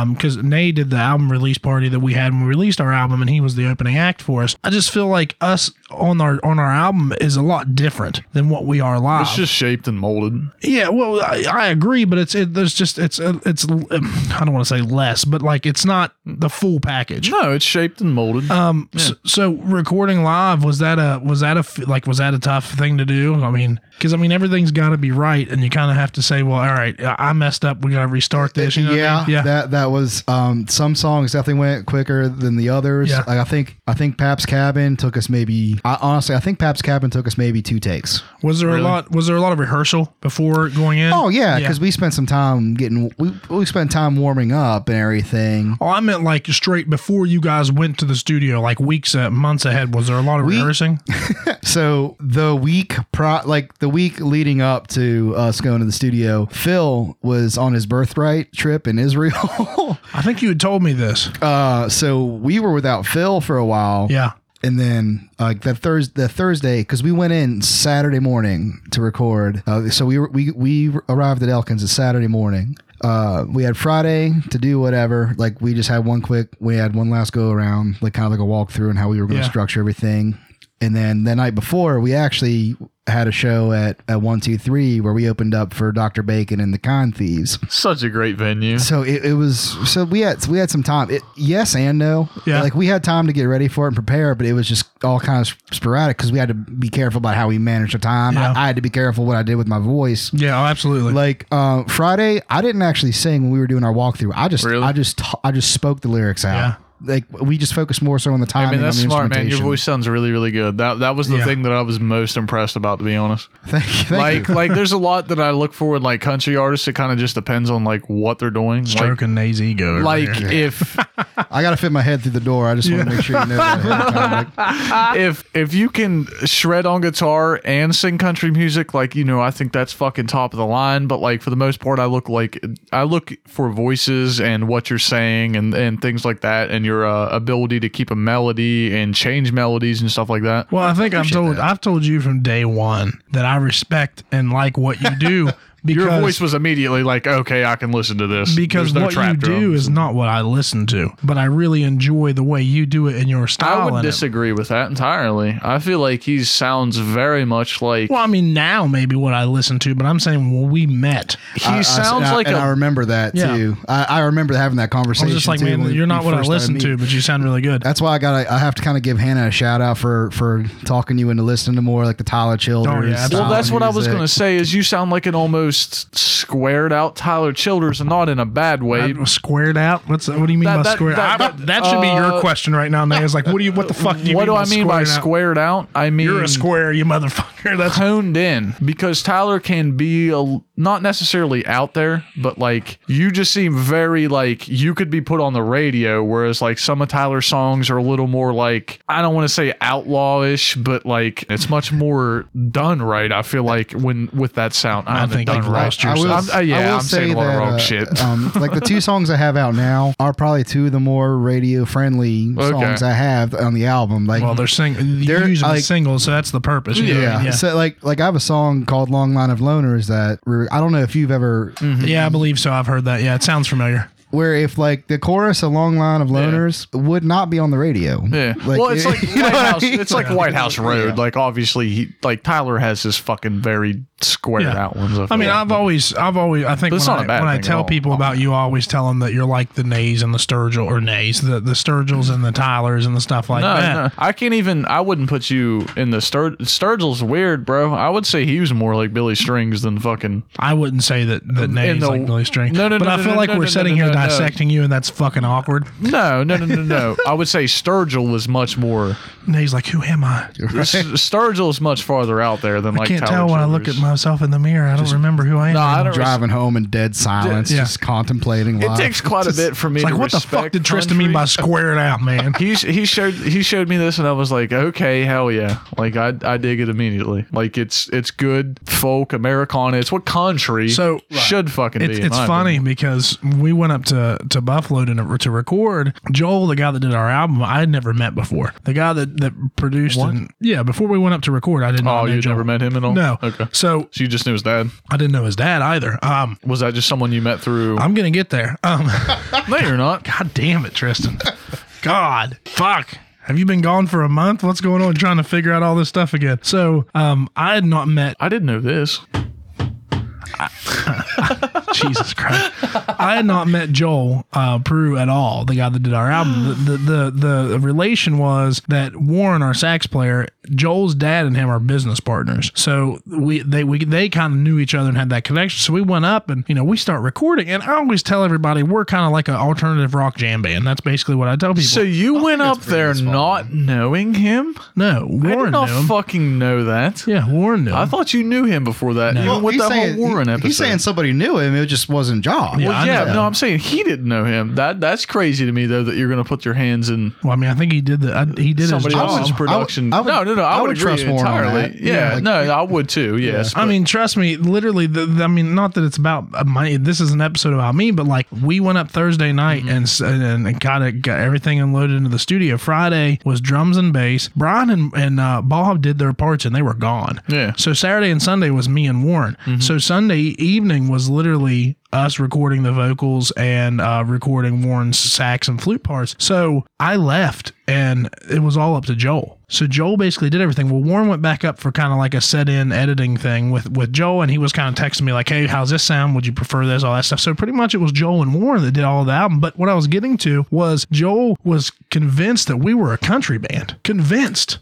A: because Nay did the album release party that we had when we released our album, and he was the opening act for us. I just feel like us on our on our album is a lot different than what we are live.
D: It's just shaped and molded.
A: Yeah, well, I, I agree, but it's it, there's just it's uh, it's um, I don't want to say less, but like it's not the full package.
D: No, it's shaped and molded.
A: Um, so, so recording live was that a was that a f- like was that a tough thing to do? I mean, because I mean everything's got to be right, and you kind of have to say, well, all right, I I messed up, we got to restart this. You know what I
C: yeah,
A: mean? yeah,
C: That that was um, some songs definitely went quicker than the others.
A: Yeah.
C: Like I think I think Pap's Cabin took us maybe I, honestly I think Pap's Cabin took us maybe two takes.
A: was there a lot was there a lot of rehearsal before going in?
C: Oh yeah, because we spent some time getting we, we spent time warming up and everything.
A: Oh, I meant like straight before you guys went to the studio, like weeks, uh, months ahead. Was there a lot of rehearsing?
C: So the week pro like the week leading up to us going to the studio, Phil was on his birthright trip in Israel.
A: I think you had told me this.
C: uh, so we were without Phil for a while.
A: yeah.
C: and then like that Thursday, the Thursday, because we went in Saturday morning to record. Uh, so we were, we we arrived at Elkins at Saturday morning. Uh, we had Friday to do whatever. Like we just had one quick, we had one last go around, like kind of like a walkthrough and how we were going to
A: Yeah.
C: structure everything. And then the night before, we actually had a show at at one two three where we opened up for Doctor Bacon and the Con Thieves.
D: Such a great venue.
C: So it, it was so we had we had some time. It, yes and no.
A: Yeah.
C: Like we had time to get ready for it and prepare, but it was just all kind of sporadic because we had to be careful about how we managed our time.
A: Yeah.
C: I, I had to be careful what I did with my voice.
A: Yeah, oh, absolutely.
C: Like uh, Friday, I didn't actually sing when we were doing our walkthrough. I just
D: Really?
C: I just ta- I just spoke the lyrics out.
A: Yeah.
C: Like we just focused more so on the timing.
D: I mean, that's
C: on the
D: smart, man. Your
C: instrumentation.
D: voice sounds really, really good. That that was the
A: Yeah.
D: thing that I was most impressed about, to be honest.
C: Thank, thank you.
D: like, like, there's a lot that I look for in like country artists. It kind of just depends on like what they're doing. Like,
A: stroking Nay's ego. over
D: like
A: there.
D: if
C: I gotta fit my head through the door. I just want to make sure you know that. ahead of time. Like,
D: if if you can shred on guitar and sing country music, like you know, I think that's fucking top of the line. But like for the most part, I look like I look for voices and what you're saying and and things like that, and your uh, ability to keep a melody and change melodies and stuff like that.
A: well, I think I've told I've told you from day one that I respect and like what you do because
D: Your voice was immediately like, okay, I can listen to this
A: because
D: There's no
A: what you
D: trap
A: do
D: drum.
A: is not what I listen to, but I really enjoy the way you do it in your style.
D: I would
A: in it.
D: disagree with that entirely. I feel like he sounds very much like
A: Well, I mean, now maybe what I listen to, but I'm saying when we met,
D: he
C: I- I-
D: sounds
C: and I-
D: like
C: and
D: a
C: I remember that
A: Yeah.
C: too. I, I remember having that
A: I
C: conversation.
A: was just like,
C: too,
A: man,
C: when
A: you're not
C: we
A: what I
C: first started
A: listen
C: meeting.
A: to, but you sound really good.
C: That's why I got. to I have to kind of give Hannah a shout out for for talking you into listening to more like the Tyler Childers.
A: Oh, yeah, absolutely.
D: Well, that's what I was
C: music.
D: going to say. Is you sound like an almost squared out Tyler Childers, and not in a bad way.
A: That was squared out. What's that? What do you mean
D: That-
A: by
D: that-
A: squared?
D: that-
A: out? I-
D: that-
A: that should be your
D: uh,
A: question right now, Nay. It's like, what do you? What the fuck do you?
D: what do I
A: mean
D: mean by
A: squared out?
D: squared out? I mean
A: You're a square, you motherfucker. That's
D: honed in because Tyler can be a, not necessarily out there, but like you just seem very like you could be put on the radio, whereas like some of Tyler's songs are a little more like I don't want to say outlawish, but like it's much more done right. I feel like when with that sound, I'm
A: think
D: done
A: you've
D: right.
A: lost yourself.
D: I'm- uh, yeah,
C: will
D: I'm saying
C: say
D: a lot of
C: that,
D: wrong
C: uh,
D: shit.
C: um, like the two songs I have out now are probably two of the more radio friendly
D: Okay.
C: songs I have on the album. Like,
A: well, they're sing. They're
C: They're,
A: using
C: like-
A: singles, so that's the purpose. you know what I
C: yeah.
A: mean?
C: So like, like I have a song called "Long Line of Loners" that re- I don't know if you've ever
A: yeah. yeah, I believe so. I've heard that. Yeah, it sounds familiar.
C: where if like the chorus a long line of loners would not be on the radio
D: Yeah.
C: Like,
D: well, it's like
C: you know
D: White
C: what I
D: House.
C: mean?
D: It's like White House Road. Like obviously, he, like Tyler has his fucking very squared
A: Yeah.
D: out ones.
A: I mean,
D: feel.
A: I've always, I've always, I think
D: But it's
A: when,
D: not
A: I,
D: a bad
A: when I
D: thing at
A: tell
D: all.
A: people about you, I always tell them that you're like the Nays and the Sturgill, or Nays, the, the Sturgills and the Tylers and the stuff like
D: No,
A: that.
D: no. I can't even. I wouldn't put you in the Stur- Sturgill's weird, bro. I would say he was more like Billy Strings than fucking.
A: I wouldn't say that that Nays
D: the-
A: like Billy String.
D: No, no,
A: But
D: no,
A: I
D: no,
A: feel
D: no,
A: like
D: no,
A: we're
D: no,
A: sitting
D: no,
A: here
D: no, no.
A: dissecting you, and that's fucking awkward.
D: No, no, no, no, no. I would say Sturgill was much more.
A: Nays like, who am I?
D: S- Sturgill is much farther out there than
A: I
D: like.
A: can't
D: Tyler
A: tell when I
D: Childers.
A: look at myself in the mirror. I don't remember who I am.
D: No, I don't.
C: driving home in dead silence
A: Yeah.
C: just contemplating
D: It
C: life.
D: takes quite a bit for me.
A: It's like,
D: to
A: what the
D: respect
A: fuck did Tristan mean
D: country.
A: by squared out, man?
D: he sh- he showed he showed me this and I was like, okay, hell yeah, like I I dig it immediately. Like it's it's good folk Americana. It's what country
A: So-
D: should fucking
A: It's,
D: be. in
A: it's
D: my
A: funny
D: opinion.
A: because we went up to, to Buffalo to, to record. Joel, the guy that did our album, I had never met before. The guy that, that produced and yeah, before we went up to record, I didn't.
D: Oh, you
A: Joel.
D: never met him at all?
A: No.
D: Okay.
A: So So
D: So you just knew his dad.
A: I didn't know his dad either. Um,
D: Was that just someone you met through?
A: I'm gonna get there. Um,
D: no, you're not.
A: God damn it, Tristan. God, fuck. Have you been gone for a month? What's going on? Trying to figure out all this stuff again. So, um, I had not met
D: I didn't know this.
A: Jesus Christ. I had not met Joel uh, Prue at all, the guy that did our album. The, the the the relation was that Warren, our sax player, Joel's dad and him are business partners. So we they we they kind of knew each other and had that connection. So we went up and you know we start recording. And I always tell everybody we're kind of like an alternative rock jam band. That's basically what I tell people.
D: So you went up there not knowing him?
A: no,
D: I did
A: Warren knew
D: not
A: him.
D: fucking know that.
A: yeah, Warren knew.
D: I
A: him.
D: thought you knew him before that. Even
C: Well,
D: with
C: he's
D: that
C: saying-
D: whole Warren
C: he-
D: episode.
C: He's saying somebody knew him. It just wasn't John.
A: Yeah. I
D: well, yeah,
A: know.
D: no, I'm saying he didn't know him. That that's crazy to me though that you're gonna put your hands in
A: Well, I mean, I think he did the I, he did his
D: somebody
A: job.
D: else's
C: would-
D: production.
C: I would-
D: no, no, no. I, would, trust
C: Warren on
D: entirely.
C: that.
D: Yeah,
C: Yeah, like-
D: no, I would too. Yes,
A: I
D: but-
A: mean, trust me. Literally, the, the- I mean, not that it's about uh, my. This is an episode about me, but like we went up Thursday night
D: Mm-hmm.
A: and s and and got it, got everything unloaded into the studio. Friday was drums and bass. Brian and and uh, Bob did their parts and they were gone.
D: Yeah.
A: So Saturday and Sunday was me and Warren. So Sunday evening was literally us recording the vocals and uh, recording Warren's sax and flute parts. So I left and it was all up to Joel. So Joel basically did everything. Well, Warren went back up for kind of like a set in editing thing with, with Joel and he was kind of texting me like, hey, how's this sound? Would you prefer this? All that stuff. So pretty much it was Joel and Warren that did all the album. But what I was getting to was Joel was convinced that we were a country band. Convinced.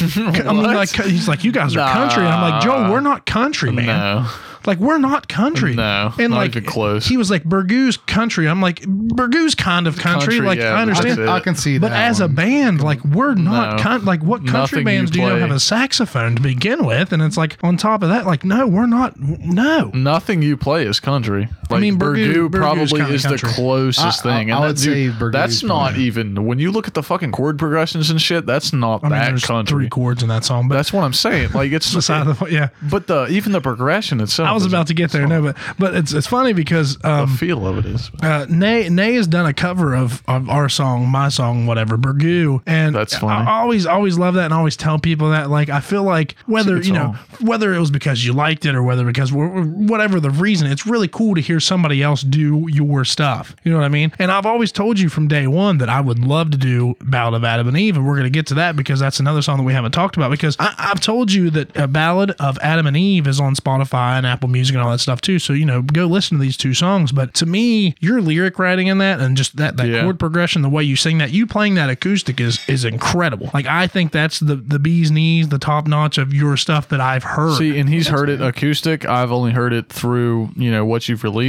A: I mean,
D: What?
A: like he's like, you guys are
D: Nah.
A: country, and I'm like, Joel, we're not country, man.
D: no.
A: Like we're not country.
D: No,
A: and
D: not
A: like
D: even close.
A: He was like Burgoo's country. I'm like Burgoo's kind of country.
D: Country,
A: like
D: yeah,
A: I
D: that's
C: I
A: understand.
C: can, I can see
A: But
C: that.
A: as a
C: one.
A: band, like we're not
D: No.
A: con- like what country
D: Nothing you
A: bands do you
D: play.
A: don't have a saxophone to begin with? And it's like on top of that, like no, we're not. No,
D: Nothing you play is country. Like,
A: mean, Burgoo-
D: Burgoo,
A: Burgoo's
D: probably
A: kinda
D: is
A: country.
D: the closest
C: I- I-
D: thing.
C: I
D: and
C: would
D: that, dude,
C: say Burgoo's
D: that's not
C: probably-
D: even when you look at the fucking chord progressions and shit. That's not
A: I mean
D: that
A: there's
D: country.
A: three chords in that song, but
D: that's what I'm saying. Like it's
A: beside the yeah.
D: but the even the progression itself.
A: I was
D: is-
A: about to get there, no, but but it's it's funny because um,
D: the feel of it is.
A: Uh, Nay Nay has done a cover of, of our song, my song, whatever, Burgoo, and
D: That's funny.
A: I always always love that, and always tell people that. Like I feel like whether
D: good
A: you know
D: song.
A: whether it was because you liked it or whether because we're- we're- whatever the reason, it's really cool to hear somebody else do your stuff. You know what I mean? And I've always told you from day one that I would love to do Ballad of Adam and Eve, and we're gonna get to that because that's another song that we haven't talked about. Because I, I've told you that a Ballad of Adam and Eve is on Spotify and Apple Music and all that stuff too. So you know, go listen to these two songs. But to me, your lyric writing in that and just that that
D: Yeah.
A: chord progression, the way you sing that, you playing that acoustic is is incredible. Like I think that's the the bee's knees, the top notch of your stuff that I've heard.
D: See, and he's heard it acoustic. I've only heard it through, you know, what you've released.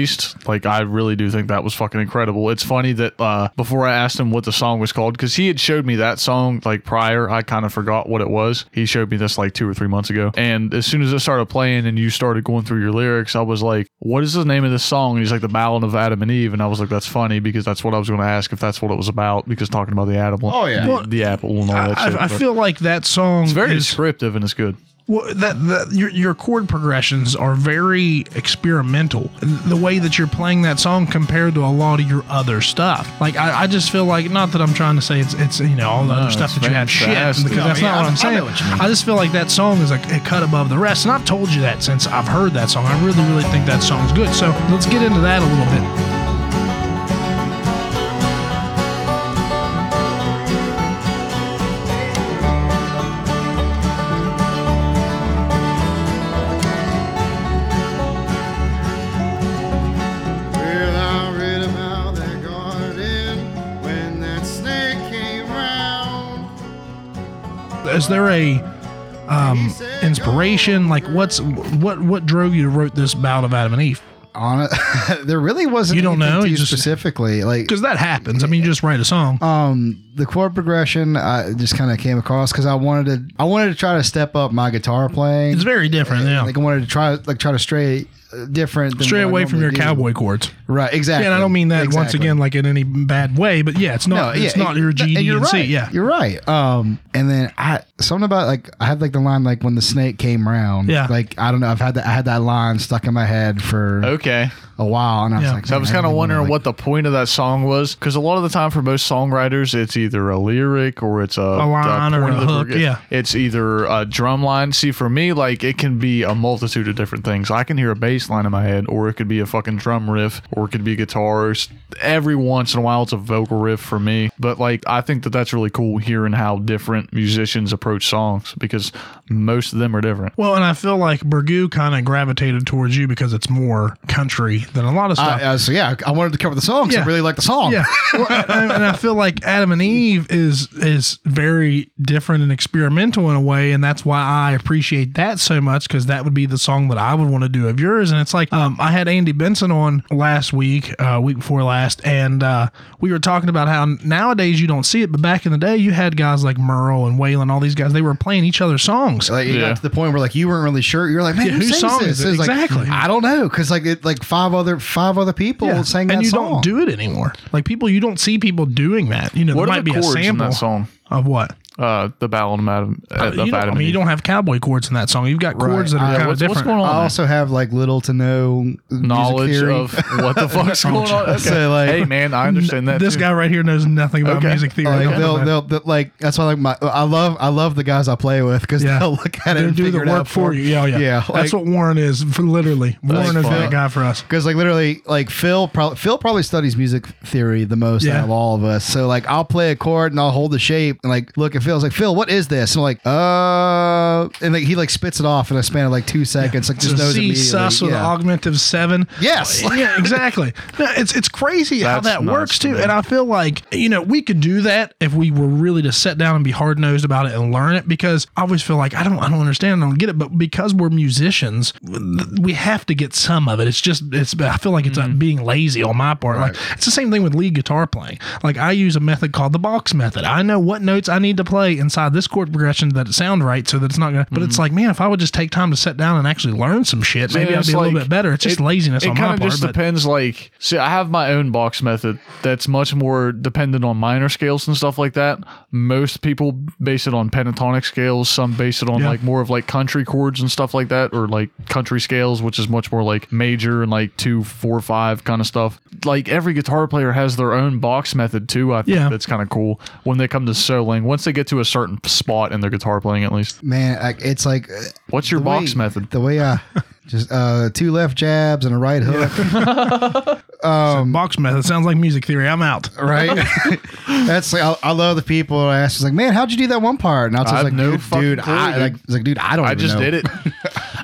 D: Like, I really do think that was fucking incredible. It's funny that uh, before I asked him what the song was called, because he had showed me that song like prior, I kind of forgot what it was. He showed me this like two or three months ago. And as soon as it started playing and you started going through your lyrics, I was like, what is the name of this song? And he's like, The Ballad of Adam and Eve. And I was like, that's funny because that's what I was going to ask if that's what it was about because talking about the Adam.
C: Oh, yeah.
D: The, the apple and all that shit.
A: I, I
D: But
A: feel like that song
D: it's very
A: is
D: descriptive and it's good.
A: Well, that, that your, your chord progressions are very experimental. The way that you're playing that song compared to a lot of your other stuff. Like I, I just feel like not that I'm trying to say it's it's you know all the other stuff
D: it's
A: that you have shit because that's
D: fantastic.
C: No, I mean,
A: not what
C: I-
A: I'm
C: I
A: saying.
C: know what you mean.
A: I just feel like that song is a, a cut above the rest, and I've told you that since I've heard that song. I really really think that song's good. So let's get into that a little bit.
E: Well, I read about that garden when that snake came round.
A: Is there a um, inspiration? Like what's what what drove you to wrote this Ballad of Adam and Eve?
C: On it, there really wasn't.
A: You don't
C: anything
A: know,
C: to
A: you just-
C: specifically like
A: Because that happens. I mean, you just write a song.
C: um the chord progression. I just kind of came across because I wanted to. I wanted to try to step up my guitar playing.
A: It's very different. Yeah.
C: Like I wanted to try like try to stray uh, different. Than
A: Stray
C: what I
A: away from your
C: normally
A: cowboy
C: do.
A: chords.
C: Right. Exactly.
A: Yeah, and I don't mean that once
C: Exactly.
A: again like in any bad way, but yeah, it's not it's
C: yeah,
A: not your
C: and-
A: G
C: and
A: D
C: you're
A: and C.
C: right.
A: Yeah.
C: you're right. Um, and then I something about like I had like the line like when the snake came round.
A: Yeah.
C: like I don't know. I've had that. I had that line stuck in my head for
D: Okay.
C: a while, and I was
A: Yeah.
C: like,
D: So I was
C: man,
D: kind of
C: really
D: wondering
C: like-
D: what the point of that song was, because a lot of the time for most songwriters, it's either a lyric or it's a,
A: A line
D: the
A: or
D: point
A: a
D: of the
A: hook,
D: brig-
A: yeah.
D: it's either a drum line. See, for me, like it can be a multitude of different things. I can hear a bass line in my head, or it could be a fucking drum riff, or it could be guitars. Every once in a while, it's a vocal riff for me. But like, I think that that's really cool hearing how different musicians approach songs because most of them are different.
A: Well, and I feel like Burgoo kind of gravitated towards you because it's more country than a lot of stuff.
C: I, uh, so yeah, I wanted to cover the song. 'cause I
A: Yeah.
C: really like the song.
A: Yeah, well, and, and I feel like Adam and Eve is is very different and experimental in a way, and that's why I appreciate that so much because that would be the song that I would want to do of yours. And it's like um, I had Andy Benson on last week, uh, week before last, and uh, we were talking about how nowadays you don't see it, but back in the day you had guys like Merle and Waylon, all these guys. They were playing each other's songs.
C: Like it
D: Yeah.
C: got to the point where like you weren't really sure. You're like, man,
A: Yeah,
C: who
A: whose
C: sings
A: song
C: this?
A: is it?
C: It's like,
A: Exactly.
C: I don't know, because like it, like five other five other people
A: Yeah.
C: sang that
A: and you
C: song.
A: don't do it anymore. Like people, you don't see people doing that. You know,
D: What
A: there
D: are
A: might
D: the
A: be a
D: chords in
A: sample
D: that song?
A: of what.
D: Uh, the Ballad of Adam.
A: Uh,
D: of
A: you don't, I
D: Adam and
A: mean, you
D: Eve.
A: don't have cowboy chords in that song. You've got
C: Right.
A: chords that are
C: Uh,
A: kind of
D: what's, what's
A: different.
D: going on?
C: I
D: there?
C: also have like little to no
D: knowledge of what the fuck's going on. Okay.
C: So, like-
D: hey man, I understand that.
A: this
D: too.
A: guy right here knows nothing about
D: Okay.
A: music theory.
C: Like
A: Don't
C: they'll,
A: know that.
C: they'll, they'll like that's why like my I love I love the guys I play with because
A: Yeah.
C: they'll look at it
A: They'll
C: and
A: do the
C: figure it
A: work
C: out
A: for you. Yeah, yeah.
C: Yeah, like-
A: That's what Warren is for literally. Warren is
D: fun.
A: that guy for us.
C: Because like literally, like Phil, prob- Phil probably studies music theory the most
A: Yeah.
C: out of all of us. So like, I'll play a chord and I'll hold the shape and like look at Phil's like Phil, what is this? And I'm like, uh, and like he like spits it off in a span of like two seconds. Like just
A: So
C: knows
A: C
C: immediately.
A: sus with
C: yeah.
A: augmentive seven.
C: Yes.
A: yeah, exactly. No, it's it's crazy how
D: That's
A: that
D: nuts
A: works
D: to
A: too.
D: me.
A: And I feel like you know we could do that if we were really to sit down and be hard nosed about it and learn it. Because I always feel like I don't I don't understand I don't get it. But because we're musicians, we have to get some of it. It's just it's I feel like it's
D: Mm-hmm.
A: uh being lazy on my part. Like it's the same thing with lead guitar playing. Like I use a method called the box method. I know what notes I need to play inside this chord progression that it sound right, so that it's not gonna. But it's like man, if I would just take time to sit down and actually learn some shit, maybe
D: Mm-hmm. Yeah,
A: I'd
D: it's
A: be a little
D: like-
A: bit better. It's just
D: it-
A: laziness
D: It
A: on my
D: kind
A: part.
D: of just
A: but-
D: depends. Like, see, I have my own box method that's much more dependent on minor scales and stuff like that. Most people base it on pentatonic scales. Some base it on
A: Yeah.
D: like more of like country chords and stuff like that, or like country scales, which is much more like major and like two, four, five kind of stuff. Like every guitar player has their own box method too. I think
A: Yeah.
D: that's kind of cool when they come to soloing. Once they get to a certain spot in their guitar playing, at least.
C: Man, I, it's like uh,
D: What's your
C: the
D: box
C: way-
D: method?
C: The way I just uh two left jabs and a right hook.
A: box method sounds like music theory. I'm out.
C: right? That's like I, I love the people I ask. It's like, man, how'd you do that one part? And I
D: I
C: was just
D: have
C: like,
D: no
C: dude,
D: fucking
C: dude,
D: clue,
C: I
D: dude.
C: like, it's like, dude, I don't.
D: I just did it.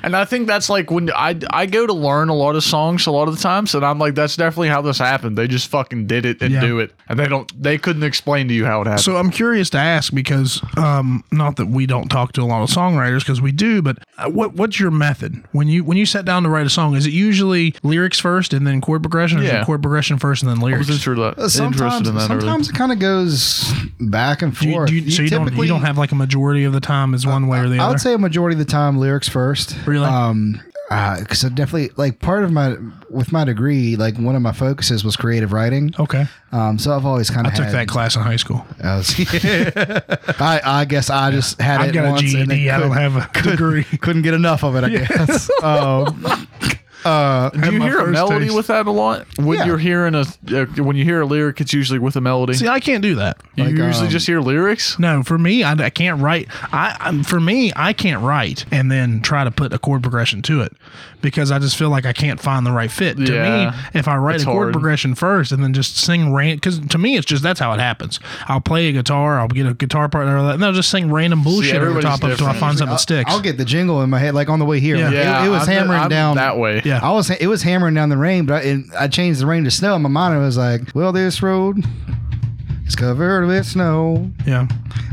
D: and I think that's like when I, I go to learn a lot of songs a lot of the times, and I'm like, that's definitely how this happened. They just fucking did it and
A: Yeah.
D: do it, and they don't they couldn't explain to you how it happened.
A: So I'm curious to ask because um, not that we don't talk to a lot of songwriters because we do, but uh, what what's your method when you when you sit down to write a song? Is it usually lyrics first and then chord progression, or is
D: Yeah.
A: it chord progression first and then
D: I
A: lyrics?
D: was interested,
C: Sometimes,
D: interested in that
C: sometimes
D: earlier.
C: it kind of goes back and
A: Do you,
C: forth.
A: do you- so you don't you don't have like a majority of the time is one way or the
C: I
A: other.
C: would say a majority of the time lyrics first.
A: Really?
C: Um, because I definitely like part of my with my degree, like one of my focuses was creative writing.
A: okay,
C: Um, so I've always kind
A: Oh. I
C: of
A: took that class in high school.
C: I, was- I, I guess I just had
A: I've
C: it
A: got a
C: once and then
A: GED. I don't
C: couldn't-
A: have a degree.
C: couldn't get enough of it. I guess. um, uh,
D: Do you
A: my
D: hear a
A: first
D: melody
A: taste.
D: with that a lot? When
C: Yeah.
D: you're hearing a uh, when you hear a lyric, it's usually with a melody.
A: See, I can't do that.
D: you
C: like,
D: usually
C: um,
D: just hear lyrics.
A: No, for me, I, I can't write. I I'm, for me, I can't write and then try to put a chord progression to it because I just feel like I can't find the right fit. To
D: Yeah,
A: me, if I write
D: it's
A: a chord
D: hard.
A: progression first and then just sing random, because to me, it's just that's how it happens. I'll play a guitar, I'll get a guitar part, and all that, and I'll just sing random bullshit over
D: everybody's
A: top of it until I
D: different.
A: find something that sticks.
C: I'll get the jingle in my head, like on the way here.
A: Yeah.
C: Like, it- it, was
D: I'm the-
C: hammering
D: I'm
C: down
D: that way.
A: Yeah.
C: I was it was hammering down the rain, but I, and I changed the rain to snow in my mind. I was like, "Well, this road is covered with snow,
A: yeah,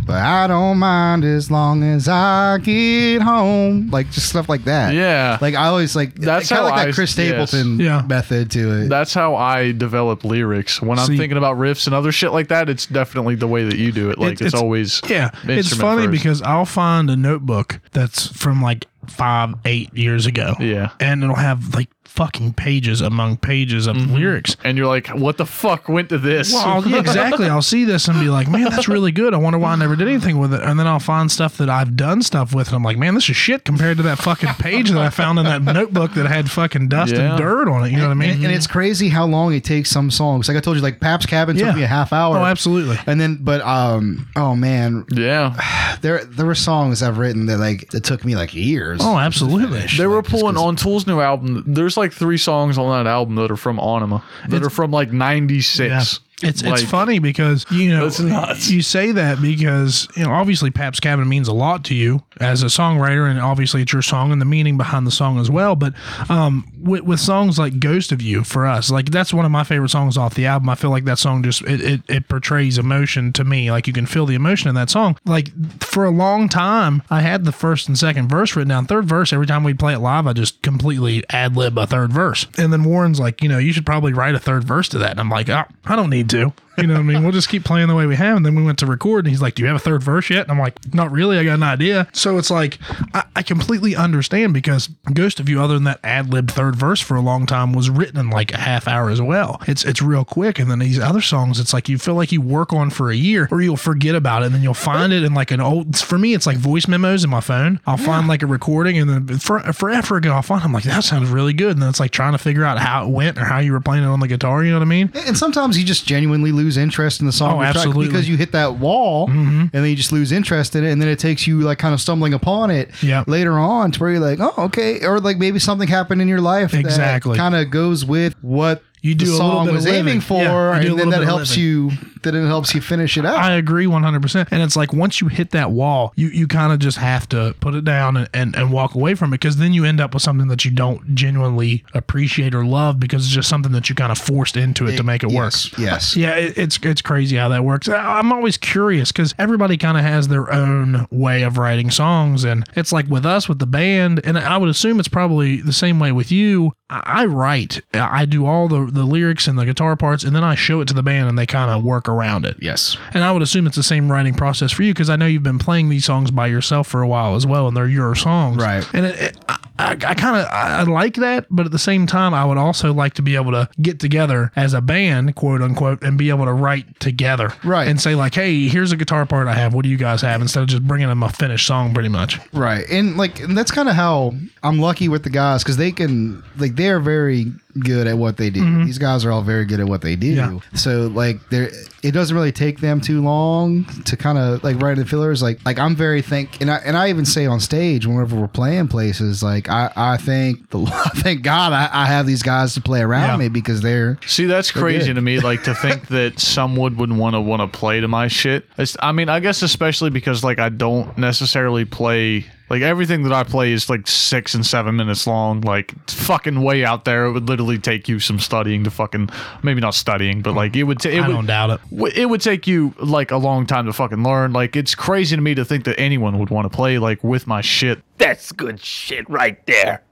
C: but I don't mind as long as I get home." Like just stuff like that.
D: Yeah.
C: Like I always like
D: That's
C: kind of
D: how
C: like
D: I-
C: that Chris
D: yes.
C: Stapleton
A: Yeah.
C: method to it.
D: That's how I develop lyrics. When I'm
A: See-
D: thinking about riffs and other shit like that, it's definitely the way that you do it. Like
A: It-
D: it's, always
A: yeah. It's
D: instrument
A: funny
D: first.
A: because I'll find a notebook that's from like five, eight years ago.
D: Yeah.
A: And it'll have like fucking pages among pages of
D: Mm-hmm.
A: lyrics.
D: And you're like, what the fuck went to this?
A: Well, I'll- yeah, exactly. I'll see this and be like, man, that's really good. I wonder why I never did anything with it. And then I'll find stuff that I've done stuff with, and I'm like, man, this is shit compared to that fucking page that I found in that notebook that had fucking dust
D: Yeah.
A: and dirt on it. You know what I mean?
C: And, and it's crazy how long it takes some songs. Like I told you, like Pap's Cabin
A: Yeah.
C: took me a half hour.
A: Oh, absolutely.
C: And then, but um, oh man,
D: yeah.
C: there there were songs I've written that like it took me like years.
A: oh, absolutely.
D: They were pulling on Tool's new album. There's like three songs on that album that are from Anima that are from like '96.
A: It's
D: Like,
A: it's funny because you know
D: That's nuts.
A: you say that because you know obviously Pap's Cabin means a lot to you as a songwriter and obviously it's your song and the meaning behind the song as well. But um, with, with songs like "Ghost of You" for us, like that's one of my favorite songs off the album. I feel like that song just it, it, it portrays emotion to me. Like you can feel the emotion in that song. Like for a long time, I had the first and second verse written down. Third verse every time we'd play it live, I just completely ad lib a third verse. And then Warren's like, you know, you should probably write a third verse to that. And I'm like, oh, I don't need to. You know what I mean? We'll just keep playing the way we have. And then we went to record and he's like, Do you have a third verse yet? And I'm like, Not really. I got an idea. So it's like, I, I completely understand because Ghost of You, other than that ad lib third verse for a long time, was written in like a half hour as well. It's it's real quick. And then these other songs, it's like you feel like you work on for a year or you'll forget about it and then you'll find it in like an old, for me, it's like voice memos in my phone. I'll find like a recording and then for, forever ago, I'll find, I'm like, That sounds really good. And then it's like trying to figure out how it went or how you were playing it on the guitar. You know what I mean?
C: And sometimes you just genuinely lose interest in the song
A: Oh,
C: or track
A: absolutely. Mm-hmm.
C: because you hit that wall and then you just lose interest in it. And then it takes you like kind of stumbling upon it
A: Yeah.
C: later on to where you're like, oh, okay. Or like maybe something happened in your life
A: Exactly.
C: that kind of goes with what
A: You do a
C: the
A: little
C: song
A: bit of
C: was aiming
A: living.
C: for.
A: Yeah, you do a
C: and
A: little
C: then that
A: bit of
C: helps
A: living.
C: you, then it helps you finish it out.
A: I agree 100%. And it's like once you hit that wall, you, you kind of just have to put it down and, and, and walk away from it because then you end up with something that you don't genuinely appreciate or love because it's just something that you kind of forced into it to make it work.
C: yes, yes.
A: Yeah, it, it's it's crazy how that works. I- I'm always curious because everybody kind of has their own way of writing songs, and it's like with us with the band, and I would assume it's probably the same way with you. I, I write, I I do all the the lyrics and the guitar parts, and then I show it to the band, and they kind of work around it.
C: Yes.
A: And I would assume it's the same writing process for you because I know you've been playing these songs by yourself for a while as well, and they're your songs.
C: Right.
A: And it, it, I, I kind of I, I like that, but at the same time, I would also like to be able to get together as a band, quote unquote, and be able to write together.
C: Right.
A: And say like, hey, here's a guitar part I have. What do you guys have? Instead of just bringing them a finished song, pretty much.
C: Right. And like and that's kind of how I'm lucky with the guys cuz they can like they're very good at what they do. These guys are all very good at what they do.
A: Mm-hmm. Yeah.
C: So like there it doesn't really take them too long to kind of like write the fillers like like I'm very thank and I and I even say on stage whenever we're playing places like I I thank the thank God I, I have these guys to play around
A: Yeah.
C: me because they're
D: See, that's crazy
C: good.
D: to me. Like to think that someone would want to want to play to my shit. It's, I mean, I guess especially because like I don't necessarily play. Like everything that I play is like six and seven minutes long. Like it's fucking way out there. It would literally take you some studying to fucking maybe not studying, but like it would. T- it
A: I
D: would,
A: don't doubt it.
D: w- it would take you like a long time to fucking learn. Like it's crazy to me to think that anyone would want to play like with my shit.
F: That's good shit right there.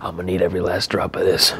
F: I'm gonna need every last drop of this.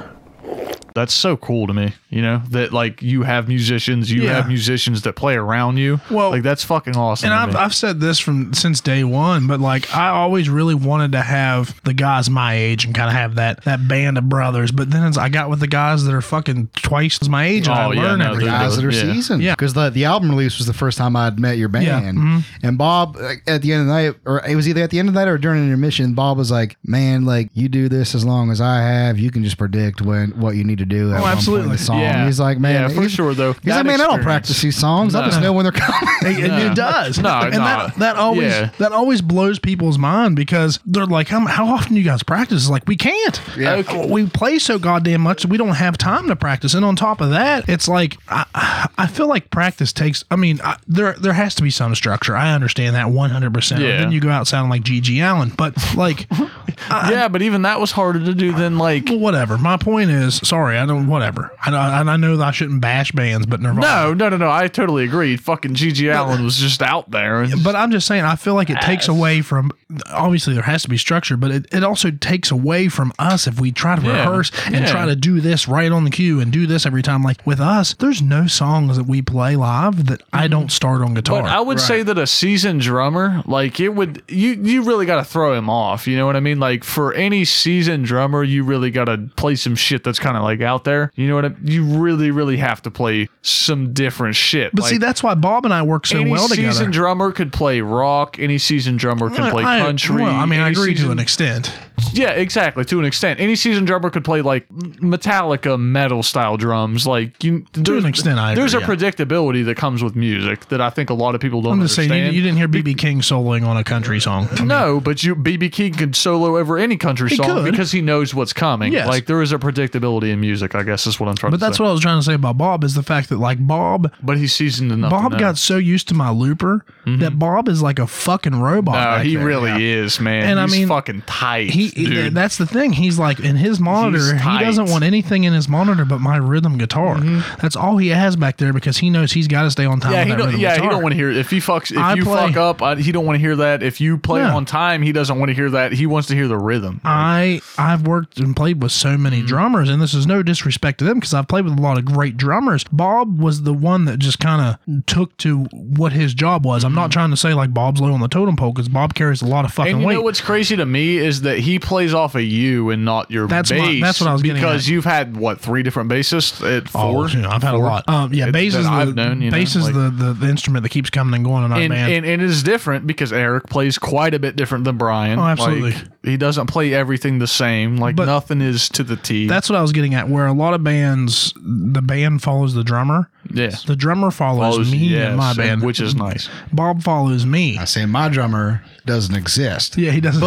D: That's so cool to me. You know that like you have musicians, you
A: Yeah.
D: have musicians that play around you.
A: Well-
D: like that's fucking awesome.
A: And
D: to
A: I've,
D: me.
A: I've said this from since day one, but like I always really wanted to have the guys my age and kind of have that that band of brothers. But then as I got with the guys that are fucking twice as my age, and I
D: Oh, yeah,
A: learn
D: no,
A: everything.
D: they're-
C: guys that are
D: Yeah.
C: seasoned.
A: Yeah.
C: Because the, the album release was the first time I'd met your band.
A: mhm.
D: Mm-hmm.
C: And Bob, like, at the end of the night, or it was either at the end of the night or during intermission, Bob was like, man, like, you do this as long as I have. You can just predict when what you need to
A: Oh,
C: do. At one point in
A: absolutely.
C: the song.
D: Yeah.
C: He's like, man.
D: Yeah, for
C: he's-
D: sure, though.
C: He's
D: That
C: like, man, I don't
D: experience.
C: practice these songs. I just know when they're coming.
A: It, it- it does.
D: No,
A: and
D: no.
A: that that always
D: Yeah.
A: that always blows people's mind because they're like, how, how often you guys practice? It's like we can't. Uh,
D: Yeah. Okay.
A: We play so goddamn much that we don't have time to practice. And on top of that, it's like I I feel like practice takes. I mean, I, there there has to be some structure. I understand that one hundred percent.
D: Yeah.
A: Then you go out sounding like G.G. Allen, but like
D: yeah, but even that was harder to do than like
A: well, whatever. My point is sorry. I don't. Whatever. I know. And I know that I shouldn't bash bands, but Nirvana.
D: No, no, no, no. I totally agree. Fucking Gigi Allen was just out there. and
A: But I'm just saying, I feel like it takes away from. Obviously, there has to be structure, but it, it also takes away from us if we try to rehearse and
D: yeah.
A: try to do this right on the cue and do this every time. Like with us, there's no songs that we play live that I don't start on guitar.
D: Mm-hmm. But I would say that a seasoned drummer, like it would, you you really got to throw him off. You know what I mean? Like for any seasoned drummer, you really got to play some shit that's kind of like out there. You know what I? You really, really have to play some different shit.
A: but
D: like,
A: see, that's why Bob and I work so
D: any
A: well together.
D: seasoned drummer could play rock. Any seasoned drummer can play
A: I-
D: country.
A: well, I mean, I
D: any
A: agree to
D: seasoned-
A: an extent.
D: yeah, exactly. To an extent, any seasoned drummer could play like Metallica metal style drums. Like you, to
A: an extent, I
D: there's
A: agree,
D: a predictability that comes with music that I think a lot of people don't
A: I'm just
D: understand.
A: saying, you, you didn't hear BB King soloing on a country song.
D: no, but you BB King could solo over any country song
A: could.
D: because he knows what's coming.
A: Yes.
D: Like there is a predictability in music. I guess is what I'm trying.
A: But
D: to
A: that's
D: say.
A: what I was trying to say about Bob is the fact that like Bob
D: But he's seasoned enough. to
A: Bob
D: know.
A: got so used to my looper that Bob is like a fucking robot.
D: Mm-hmm. No,
A: back
D: Oh, he
A: there.
D: really is, man.
A: And I
D: he's
A: mean,
D: fucking tight.
A: He,
D: dude.
A: th- that's the thing. He's like in his monitor. He
D: tight. Mm-hmm.
A: doesn't want anything in his monitor but my rhythm guitar. That's all he has back there because he knows he's got to stay on time.
D: Yeah,
A: with
D: he
A: that
D: don't,
A: rhythm
D: yeah, he
A: guitar.
D: don't want to hear if he fucks if
A: I
D: you
A: play-
D: fuck up, I, he don't want to hear that. If you play
A: Yeah. Uh,
D: on time, he doesn't want to hear that. He wants to hear the rhythm.
A: I I've worked and played with so
D: Mm-hmm.
A: many drummers, and this is no disrespect to them because I've played with a lot of great drummers. Bob was the one that just kind of took to what his job was. I'm not trying to say like Bob's low on the totem pole because Bob carries a lot of fucking
D: Mm-hmm. and you
A: weight.
D: know what's crazy to me is that he plays off of you and not your
A: That's my-
D: bass.
A: that's what I was getting
D: because
A: at.
D: you've had what three different bassists at
A: Oh,
D: four.
A: you know, I've had a lot. Um, yeah,
D: It-
A: bass
D: that
A: is, the,
D: I've known, you know,
A: bass is
D: like-
A: the, the, the instrument that keeps coming and going in our
D: and,
A: band.
D: and, and it is different because Eric plays quite a bit different than Brian.
A: Oh, absolutely.
D: Like, he doesn't play everything the same. Like
A: But-
D: nothing is to the T.
A: That's what I was getting at. Where a lot of bands, the band follows the drummer.
D: yeah.
A: The drummer follows,
D: Follows-
A: me
D: yes,
A: in my
D: and-
A: band,
D: which is nice.
A: Bob follows me.
C: I say my drummer doesn't exist.
A: Yeah, he doesn't.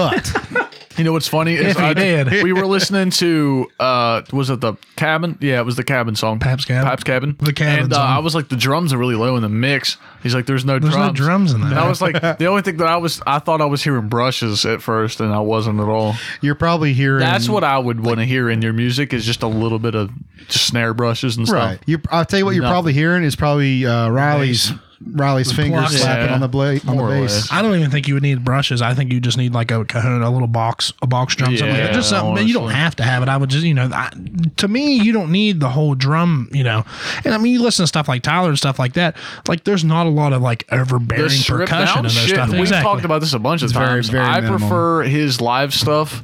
C: But
D: You know what's funny? Is
A: If he did.
D: We were listening to uh was it the cabin? Yeah, it was the cabin song.
A: Pabst Cabin.
D: Pabst Cabin.
A: The Cabin
D: And uh,
A: song.
D: I was like, the drums are really low in the mix. He's like, there's no
A: There's
D: drums.
A: no drums in
D: And
A: that.
D: I was like, the only thing that I was, I thought I was hearing brushes at first, and I wasn't at all.
C: you're probably hearing
D: That's what I would want to hear in your music is just a little bit of just snare brushes and
C: right.
D: stuff.
C: You, I'll tell you what you're
D: Nothing.
C: probably hearing is probably uh, Riley's Riley's fingers
A: plucks.
C: slapping
D: Yeah.
C: on the blade on
D: More or
C: the
D: less.
C: bass.
A: I don't even think you would need brushes. I think you just need like a cajon, a little box, a box drum, something like that.
D: Yeah,
A: Just something, but you don't
D: honestly.
A: have to have it. I would just, you know, I, to me, you don't need the whole drum, you know. And I mean, you listen to stuff like Tyler and stuff like that. Like, there's not a lot of like overbearing
D: The stripped
A: percussion in
D: down
A: their
D: shit.
A: stuff.
D: We've talked about this a bunch of
C: very,
D: times.
C: very
D: I
C: minimal.
D: prefer his live stuff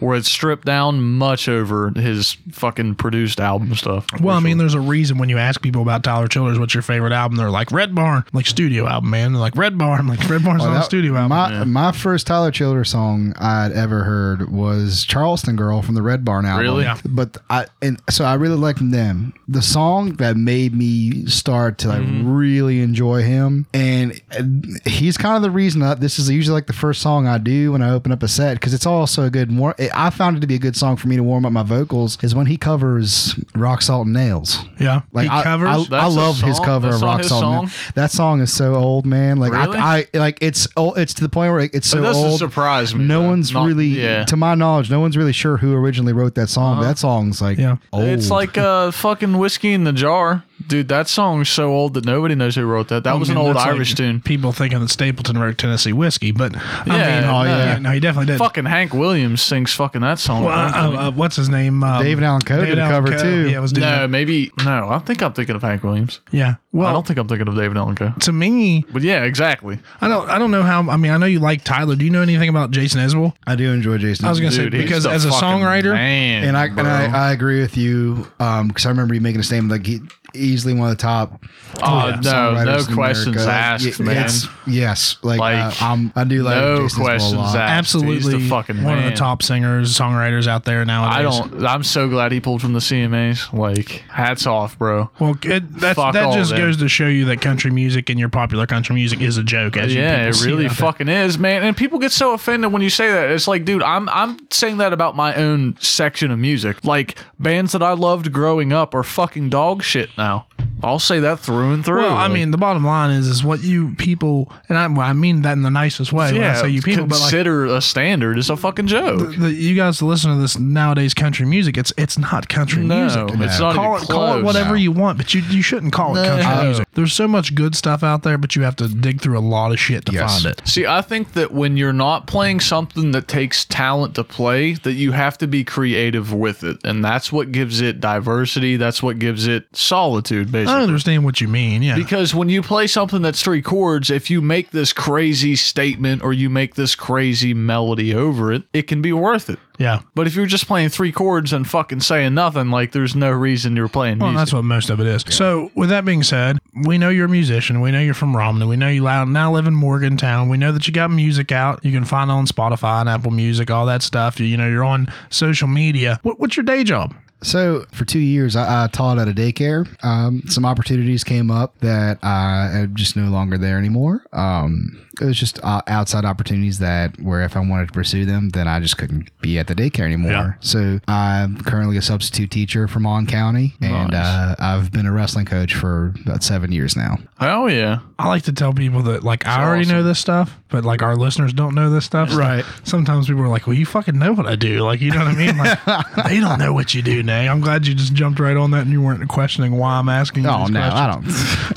D: where it's stripped down much over his fucking produced album stuff.
A: Well, I mean, there's a reason when you ask people about Tyler Childers, what's your favorite album? They're like Red Barn, like studio album, man. They're like Red Barn, like Red
D: Oh,
A: Barn's not a
C: That-
A: studio album.
C: My my first Tyler Childers song I'd ever heard was Charleston Girl from the Red Barn album.
D: Really? Yeah.
C: But I and so I really liked them. The song that made me start to like
A: Mm-hmm.
C: really enjoy him, and uh, he's kind of the reason that this is usually like the first song I do when I open up a set because it's also a good more. I found it to be a good song for me to warm up my vocals is when he covers Rock Salt and Nails.
A: yeah,
C: Like
A: he
C: I,
A: covers.
C: I, I
D: That's a
C: love his
D: song?
C: cover
D: That's
C: of
D: on
C: Rock
D: his
C: Salt.
D: song?
C: Man. That song is so old, man. Like
D: Really?
C: I, I like it's oh, it's to the point where it's so
D: It doesn't
C: old.
D: surprise me,
C: No
D: though.
C: one's
D: Not-
C: really,
D: yeah. Uh-huh.
C: to my knowledge, no one's really sure who originally wrote that song. but that song's like
A: Yeah.
C: old.
D: It's like uh, fucking whiskey in the jar, dude. That song's so old that nobody knows who wrote that. That was
A: I mean,
D: an old
A: that's like
D: Irish tune.
A: People thinking that Stapleton wrote Tennessee whiskey, but I
D: Yeah,
A: mean,
D: oh,
A: no,
D: yeah.
A: no, he definitely did.
D: Fucking Hank Williams sings fucking that song.
A: Well,
D: I
A: uh,
D: think.
A: uh, uh, what's his name? Um,
C: David Allan Coe did a cover, too.
A: Yeah, was doing
D: no,
A: that.
D: maybe no. I think I'm thinking of Hank Williams.
A: Yeah.
D: I
A: Well,
D: don't think I'm thinking of David Ellenko.
A: to me,
D: But yeah, exactly.
A: I don't. I don't know how. I mean, I know you like Tyler. Do you know anything about Jason Isbell?
C: I do enjoy Jason.
A: I was gonna say
D: Dude, he's
A: because
D: the
A: as a
D: fucking
A: songwriter,
D: man,
C: and I and
D: bro.
C: I, I agree with you because I remember you making a statement like he easily one of the top.
D: Oh,
C: top
D: no,
C: songwriters
D: no
C: in America.
D: questions
C: Like,
D: asked,
C: y-
D: man.
C: it's- yes, like,
D: Like,
C: uh, I'm, I do like
D: no
C: Jason Isbell a
D: questions
C: lot.
D: asked.
A: absolutely
D: He's the fucking
A: one of
D: man.
A: the top singers, songwriters out there nowadays.
D: I don't. I'm so glad he pulled from the CMAs. Like, hats off, bro.
A: Well, it, that's,
D: Fuck
A: that
D: all
A: just
D: of them.
A: goes to show you that country music and your popular country music is a joke. As you
D: Yeah,
A: people
D: it
A: see
D: really
A: out there.
D: fucking is, man. And people get so offended when you say that. It's like, dude, I'm I'm saying that about my own section of music. Like bands that I loved growing up are fucking dog shit now. I'll say that through and through.
A: Well, I
D: Like,
A: mean, the bottom line is, is what you people, and I, well, I mean that in the nicest way. when I say you people, but like
D: consider a standard. It's a fucking joke.
A: the, you guys listen to this nowadays country music. It's it's not country
D: No,
A: music.
D: it's not
A: Call
D: even
A: it, call it
D: close.
A: whatever you want, but you, you shouldn't call it country
D: No.
A: music. There's so much good stuff out there, but you have to dig through a lot of shit to
C: Yes.
A: find it.
D: See, I think that when you're not playing something that takes talent to play, that you have to be creative with it, and that's what gives it diversity. That's what gives it solitude,
A: I
D: basically.
A: understand what you mean. Yeah.
D: Because when you play something that's three chords, if you make this crazy statement or you make this crazy melody over it, it can be worth it.
A: yeah.
D: But if you're just playing three chords and fucking saying nothing, like there's no reason you're playing
A: Well,
D: music.
A: that's what most of it is. So, with that being said, we know you're a musician. We know you're from Romney. We know you lou- now live in Morgantown. We know that you got music out. You can find it on Spotify and Apple Music, all that stuff. You, you know, you're on social media. What, what's your day job?
C: So for two years, I, I taught at a daycare. Um, some opportunities came up that I am just no longer there anymore. Um, it was just uh, outside opportunities that where if I wanted to pursue them, then I just couldn't be at the daycare anymore.
A: Yeah.
C: So I'm currently a substitute teacher for Mon County, and uh, I've been a wrestling coach for about seven years now.
D: oh yeah.
A: I like to tell people that, like, I already know this stuff, but, like, our listeners don't know this stuff.
C: Right.
A: Sometimes people are like, well, you fucking know what I do. Like, you know what I mean? Like, they don't know what you do, Nay. I'm glad you just jumped right on that and you weren't questioning why I'm asking you
C: Oh
A: these
C: no,
A: questions.
C: I don't.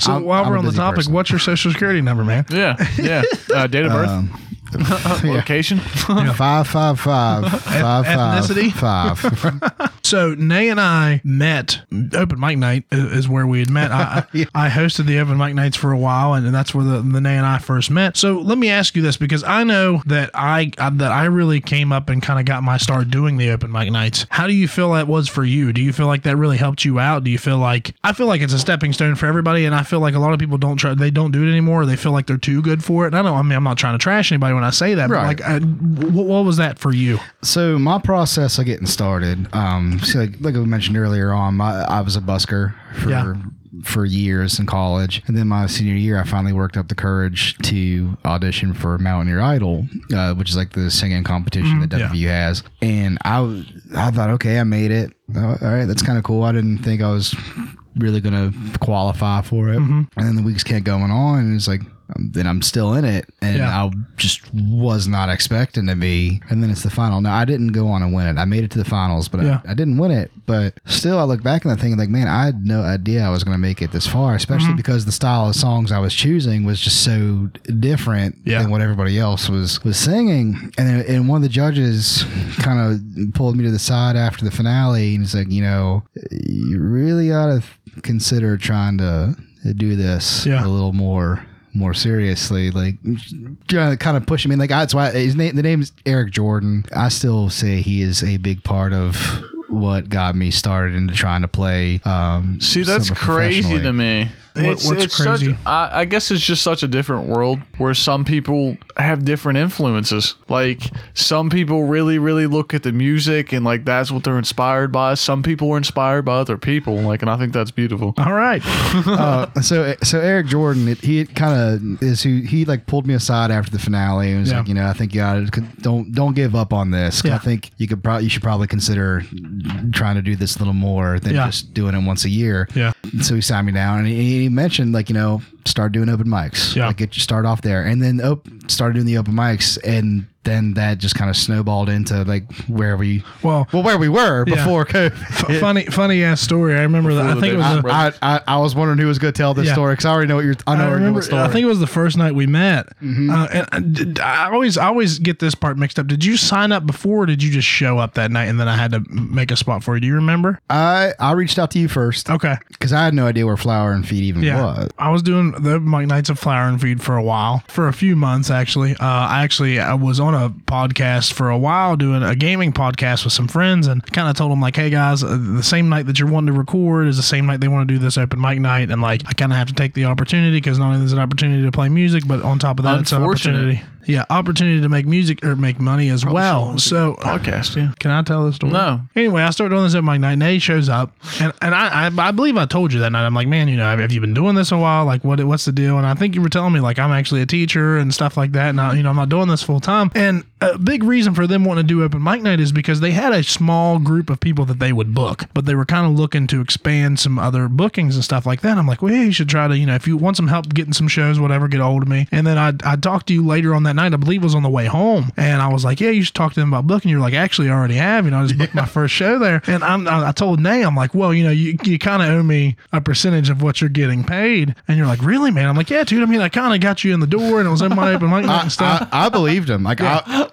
A: So,
C: I'm-
A: while
C: I'm
A: we're
C: a
A: on the
C: busy
A: topic,
C: person.
A: what's your social security number, man?
D: Yeah. Yeah. Uh, date of birth, location.
C: Five five five five five
A: ethnicity?
C: five.
A: So Nay and I met open mic night i- is where we had met. I, I- I hosted the open mic nights for a while, and that's where the, the Nay and I first met. So let me ask you this because I know that I I- that I really came up and kind of got my start doing the open mic nights. How do you feel that was for you? Do you feel like that really helped you out? Do you feel like I feel like it's a stepping stone for everybody, and I feel like a lot of people don't try they don't do it anymore. Or they feel like they're too good for it. And I don't. I mean, I'm not trying to trash anybody when I say that,
C: Right.
A: but like, I, what, what was that for you?
C: So my process of getting started, um, so like, like I mentioned earlier on, my, I was a busker for
A: Yeah.
C: for years in college, and then my senior year, I finally worked up the courage to audition for Mountaineer Idol, uh, which is like the singing competition that WVU has. And I, w- I thought, okay, I made it. Uh, all right, that's kind of cool. I didn't think I was really gonna qualify for it.
A: Mm-hmm.
C: And then the weeks kept going on, and it's like. um, Then I'm still in it, and
A: Yeah.
C: I just was not expecting to be. And then it's the final. Now I didn't go on and win it. I made it to the finals, but
A: Yeah.
C: I, I didn't win it. But still, I look back on that thing and like, man, I had no idea I was going to make it this far, especially because the style of songs I was choosing was just so different
A: Yeah.
C: than what everybody else was was singing. And and one of the judges kind of pulled me to the side after the finale and he's like, you know, you really ought to consider trying to do this
A: Yeah.
C: a little more more seriously like trying to kind of push him in like that's why his name the name is eric jordan i still say he is a big part of what got me started into trying to play um
D: See, that's
C: somewhat
D: crazy
C: professionally.
D: to me. It's,
A: what's
D: it's such-
A: crazy?
D: I, I guess it's just such a different world where some people have different influences. Like some people really, really look at the music and like that's what they're inspired by. Some people are inspired by other people. Like, and I think that's beautiful.
A: All right.
C: Uh, so so Eric Jordan, it, he kind of is who he like pulled me aside after the finale and was
A: Yeah.
C: like, you know, I think you ought to don't don't give up on this. 'Cause
A: Yeah.
C: I think you could probably you should probably consider trying to do this a little more than
A: Yeah.
C: just doing it once a year.
A: Yeah.
C: So he signed me down and he, he mentioned like you know start doing open mics.
A: Yeah.
C: Like get you start off there and then op- started doing the open mics and then that just kind of snowballed into like where we
A: Well,
C: well where we were
A: Yeah.
C: before COVID.
A: F- funny, funny ass story. I remember that. I
D: the
A: think it
D: big
A: was.
D: outbreak.
A: The,
C: I, I, I was wondering who was going to tell this
A: Yeah.
C: story because I already know what you're. I know
A: I
C: what
A: remember.
C: your story.
A: I think it was the first night we met.
D: Mm-hmm.
A: Uh, and I did- I, always, I always get this part mixed up. Did you sign up before, or did you just show up that night and then I had to make a spot for you? Do you remember?
C: I I reached out to you first
A: Okay.
C: because I had no idea where flour and feed even
A: Yeah.
C: was.
A: I was doing the open mic nights of flower and feed for a while, for a few months actually. Uh, I actually I was on a podcast for a while doing a gaming podcast with some friends and kind of told them like, hey guys, uh, the same night that you're wanting to record is the same night they want to do this open mic night, and like I kind of have to take the opportunity because not only is it an opportunity to play music, but on top of that, it's an
D: Unfortunate.
A: opportunity. Yeah, opportunity to make music or make money as well. So
D: Podcast, yeah.
A: can I tell this story?
D: No.
A: Anyway, I started doing this at my night. Nay shows up, and, and I, I I believe I told you that night. I'm like, man, you know, have, have you been doing this a while? Like, what what's the deal? And I think you were telling me like I'm actually a teacher and stuff like that, and I, you know, I'm not doing this full time. And a big reason for them wanting to do open mic night is because they had a small group of people that they would book, but they were kind of looking to expand some other bookings and stuff like that. I'm like, well, yeah, you should try to, you know, if you want some help getting some shows, whatever, get a hold of me. And then I, I talked to you later on that night, I believe it was on the way home, and I was like, yeah, you should talk to them about booking. You're like, actually, I already have. You know, I just booked my first show there. And I'm, I I told Nay, I'm like, well, you know, you, you kind of owe me a percentage of what you're getting paid. And you're like, really, man? I'm like, yeah, dude. I mean, I kind of got you in the door, and it was in my open mic night and stuff.
C: I, I believed him. Like, I,